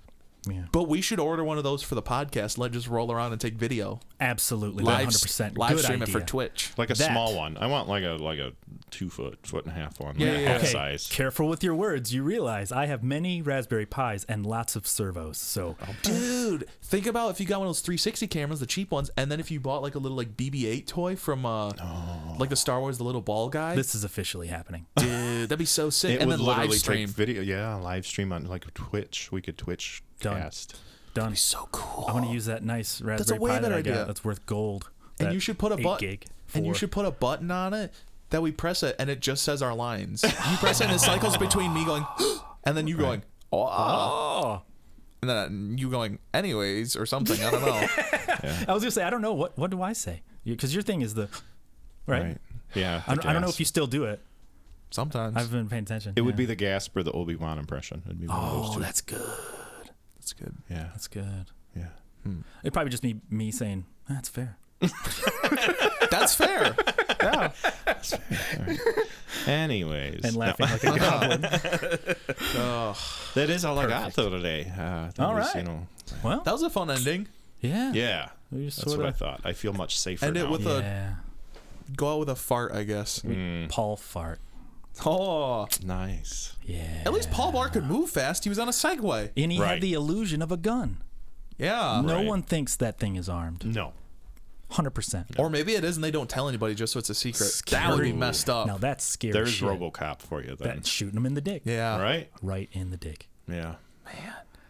C: Yeah,
B: But we should order one of those for the podcast. Let just roll around and take video,
C: absolutely, one
B: live,
C: hundred percent.
B: live
C: Good
B: stream
C: idea.
B: it for Twitch.
A: Like a
C: That-
A: small one. I want like a like a two foot, foot and a half one.
B: Yeah,
A: like a
B: yeah,
A: half
C: Okay,
A: size.
C: careful with your words. You realize I have many Raspberry Pis and lots of servos. So
B: Oh, Dude, think about if you got one of those 360 cameras, the cheap ones, and then if you bought like a little like BB-8 toy from uh, like the Star Wars the little ball guy.
C: this is officially happening.
B: Dude, that'd be so sick.
A: It
B: and
A: would
B: then
A: literally
B: live stream.
A: take video. Yeah, live stream on like Twitch. We could Twitch
C: Done.
A: cast.
C: Done.
B: so cool.
C: I want to use that nice Raspberry
B: way
C: Pi that
B: better
C: I
B: idea.
C: got. That's worth gold.
B: and
C: That
B: you should put a
C: eight
B: button.
C: gig
B: And you
C: for-
B: should put a button on it that we press it, and it just says our lines. You press it, and it cycles between me going, and then you going, oh,
C: Ah.
B: and then you going, anyways, or something. I don't know.
C: I was gonna say I don't know what what do I say because your thing is the right.
A: Right. Yeah.
C: I, don't, I don't know
A: gasp.
C: if you still do it.
B: Sometimes
C: I've been paying attention.
A: It would be the gasp or the Obi Wan impression. It'd be one
C: Oh.
A: of those two.
B: that's good. That's good.
A: Yeah.
C: That's good.
A: Yeah.
C: It'd probably just be me saying that's fair.
B: That's fair. yeah.
A: Anyways,
C: and laughing like a goblin.
A: that is all I got though today. Uh, that
C: All
A: was, You
C: right.
A: know,
C: Well,
B: That was a fun ending.
C: yeah,
A: yeah.
C: We
A: That's
C: just
A: what I
C: sorta-
A: thought. I feel much safer
B: End it
A: now.
B: with a-
C: yeah.
B: Go out with a fart, I guess.
C: Mm. Paul fart.
B: Oh,
A: nice.
C: Yeah.
B: at least Paul Bart could move fast. He was on a Segway.
C: and he
A: Right.
C: had the illusion of a gun.
B: Yeah.
C: No
A: Right.
C: one thinks that thing is armed.
A: No.
C: Hundred percent.
B: Or maybe it is, and they don't tell anybody just so it's a secret. That would be messed up.
C: Now that's scary.
A: There's
C: shit.
A: RoboCop for you then.
C: That shooting him in the dick.
B: yeah.
A: right?
C: Right in the dick.
A: Yeah.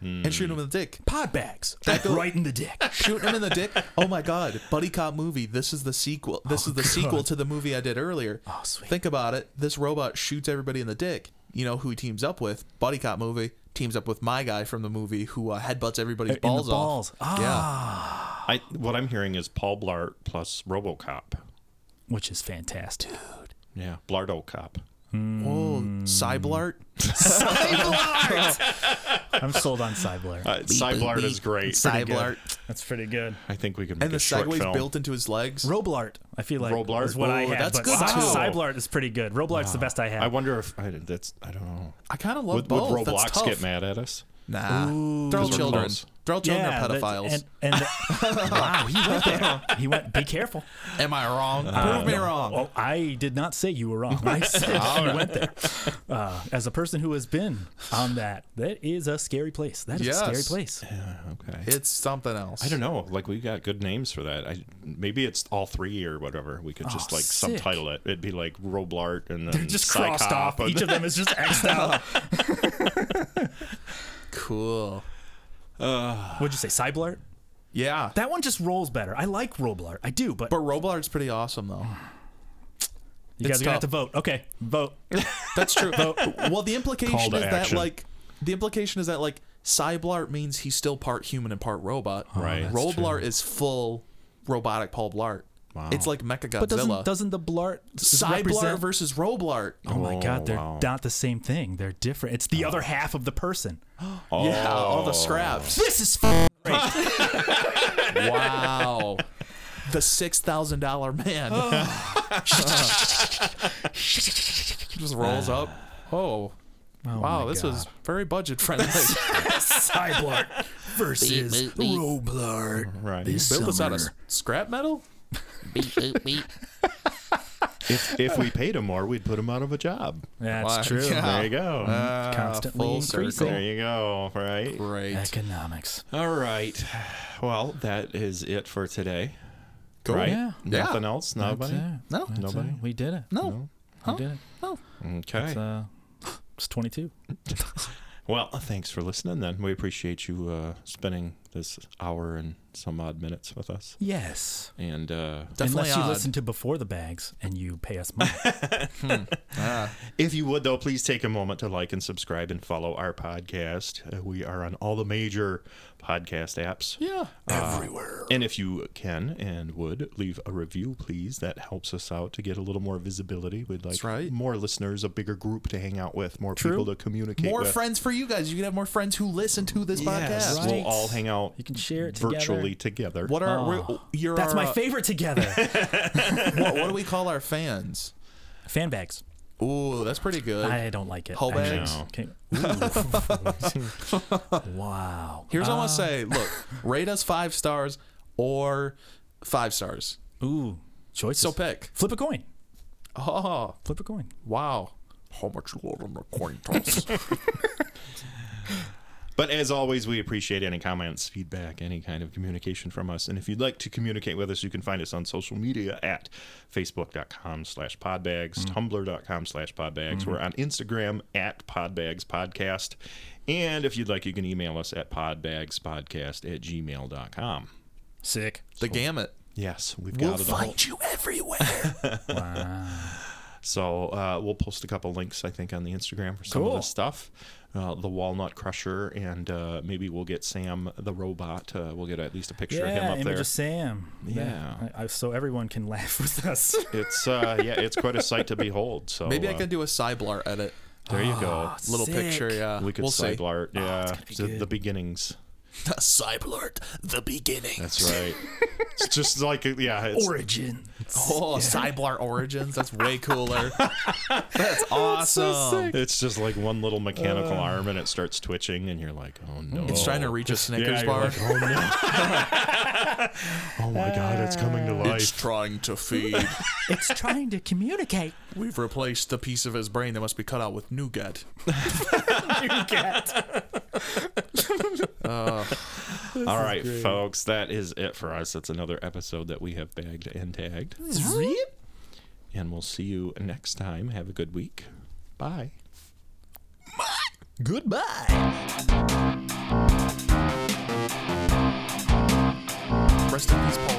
B: And shoot him in the dick.
C: Pod bags. right in the dick.
B: shooting him in the dick. Oh my god, buddy cop movie. This is the sequel. This is the sequel to the movie I did earlier.
C: Oh, sweet.
B: Think about it. This robot shoots everybody in the dick. You know who he teams up with? Buddy cop movie teams up with my guy from the movie who uh, headbutts everybody's
C: in
B: balls
C: the balls.
B: off.
C: Ah,
A: I what I'm hearing is Paul Blart plus RoboCop.
C: which is fantastic.
A: Yeah. Blardo Cop.
B: Yeah. Oh,
A: Mm.
B: Cyblart.
C: I'm sold on Cyblare.
A: Uh, Cyblart is great.
B: Cyblart.
C: That's pretty good.
A: I think we can make
B: And the
A: a short
B: segway's
A: film.
B: built into his legs.
C: Roblart, I feel like
A: Roblart?
C: is what I
A: Ooh,
C: had.
B: Oh, that's
C: but
B: good,
C: Cy-
B: too.
C: Cyblart is pretty good. Roblart's the best I had.
A: I wonder if I, that's I don't know.
B: I kind of love
A: Would, would
B: both. That's
A: Roblox
B: tough.
A: get mad at us?
B: Nah. Throw
A: 'Cause we're
B: children.
A: close.
B: Throw children
C: yeah,
B: are
C: that's-
B: pedophiles.
C: And, and wow, he went there. He went. Be careful.
B: Am I wrong? Prove me wrong.
C: Oh, I did not say you were wrong. I said you went there. Uh, as a person who has been on that, that is a scary place. That is
B: Yes.
C: a scary place.
A: Okay.
B: It's something else.
A: I don't know. Like we got good names for that. I maybe it's all three or whatever. We could just like
C: Oh, sick.
A: subtitle it. It'd be like Roblart and then
C: They're just crossed
A: Psychop
C: off.
A: and-
C: Each of them is just X'd out.
B: Cool.
C: What'd you say, Cyblart?
B: Yeah.
C: That one just rolls better. I like Roblart. I do, but,
B: But Roblart's pretty awesome though.
C: you guys
B: it's
C: are gonna have to
B: tough.
C: vote. Okay, vote.
B: That's true. well, the implication
A: to
B: is that
A: action.
B: like the implication is that like Cyblart means he's still part human and part robot.
A: Right. Oh, that's
B: Roblart is full robotic Paul Blart. It's like Mecha
C: But doesn't
B: Godzilla.
C: doesn't the Blart
B: Cyblart
C: represent
B: versus Roblart.
C: Oh my god, they're
A: wow.
C: not the same thing. They're different. It's
B: Oh.
C: the other half of the person.
A: Oh.
B: Yeah, all the scraps.
C: This is f-
B: wow. The six thousand dollar man. Just rolls up. Oh. wow, this is very budget friendly.
C: Cyborg versus
E: Beep, beep, beep.
C: Roblard.
A: right.
B: Built this out of
C: Summer.
B: scrap metal?
E: Beep, beep, beep.
A: if if we paid him more, we'd put him out of a job.
C: That's
B: Why?
C: true.
B: Yeah.
A: There you go.
C: Ah, Constantly
B: full
C: increasing.
A: there you go. Right.
B: Right.
C: Economics.
A: All right. Well, that is it for today.
B: Cool.
A: Right.
C: Yeah.
A: Nothing else. Nobody.
B: No.
A: Nobody?
C: it. We did it.
B: No.
C: We did it.
A: Okay.
C: It's, uh, it's 22.
A: Well, thanks for listening. Then we appreciate you uh, spending this hour and some odd minutes with us.
C: Yes.
A: And uh,
B: Definitely
C: Unless you
B: odd.
C: listen to Before the Bags and you pay us money.
B: Ah,
A: If you would, though, please take a moment to like and subscribe and follow our podcast. Uh, we are on all the major podcast apps. Uh,
B: Yeah.
A: And if you can and would, leave a review, please. That helps us out to get a little more visibility. We'd like
B: right.
A: more listeners, a bigger group to hang out with, more people to communicate
B: More
A: with.
B: friends for you guys. You can have more friends who listen to this
A: Yes,
B: podcast.
C: Right.
A: we'll all hang out
C: You can share it together.
A: virtually together.
B: What are we're- you're
C: That's
B: our,
C: my
B: uh,
C: favorite together.
B: What, what do we call our fans?
C: Fan bags.
B: Ooh, that's pretty good.
C: I don't like it.
B: Oh. Whole
C: actually.
B: bags?
A: No.
C: Okay. Ooh. wow.
B: Here's what I'm gonna say. Look, rate us five stars or five stars.
C: Ooh. Choices.
B: So pick.
C: Flip a coin.
B: Oh,
C: Flip a coin.
B: wow.
D: How much load on the coin toss?
A: But as always, we appreciate any comments, feedback, any kind of communication from us. And if you'd like to communicate with us, you can find us on social media at facebook.com slash podbags, tumblr.com slash podbags. We're on Instagram at podbags podcast. And if you'd like, you can email us at podbagspodcast at gmail.com.
C: Sick.
B: The gamut.
A: Yes, we've got it all.
D: you everywhere.
A: So uh, we'll post a couple links, I think, on the Instagram for some
C: Cool.
A: of this stuff. Uh, the Walnut Crusher, and uh, maybe we'll get Sam the robot. Uh, we'll get at least a picture of
C: Yeah,
A: him up
C: image
A: there.
C: of Sam.
A: Yeah.
C: I, I, so everyone can laugh with us.
A: It's uh, yeah, it's quite a sight to behold. So
B: Maybe I
A: uh,
B: can do a Cyblar edit.
A: There you go.
B: Little
C: Sick.
B: picture, yeah.
A: We could
B: will
A: side
B: Ah, see.
A: art.
C: Ah,
A: Yeah, the, the beginnings.
D: Cyblord, the beginning.
A: That's right. it's just like yeah, it's,
C: Origin.
B: Oh, Cyblar Origins. That's way cooler. That's awesome.
A: it's just like one little mechanical
C: Uh.
A: arm, and it starts twitching, and you're like, oh no.
B: It's trying to reach a
A: yeah,
B: Snickers
A: you're
B: bar.
A: like, oh no. oh my god, it's coming to
B: Ah.
A: life.
D: It's trying to feed.
C: It's trying to communicate.
B: We've replaced the piece of his brain that must be cut out with nougat.
A: All right, folks, that is it for us. That's another episode that we have bagged and tagged. And we'll see you next time. Have a good week. Bye.
B: Goodbye. Rest in peace, Paul.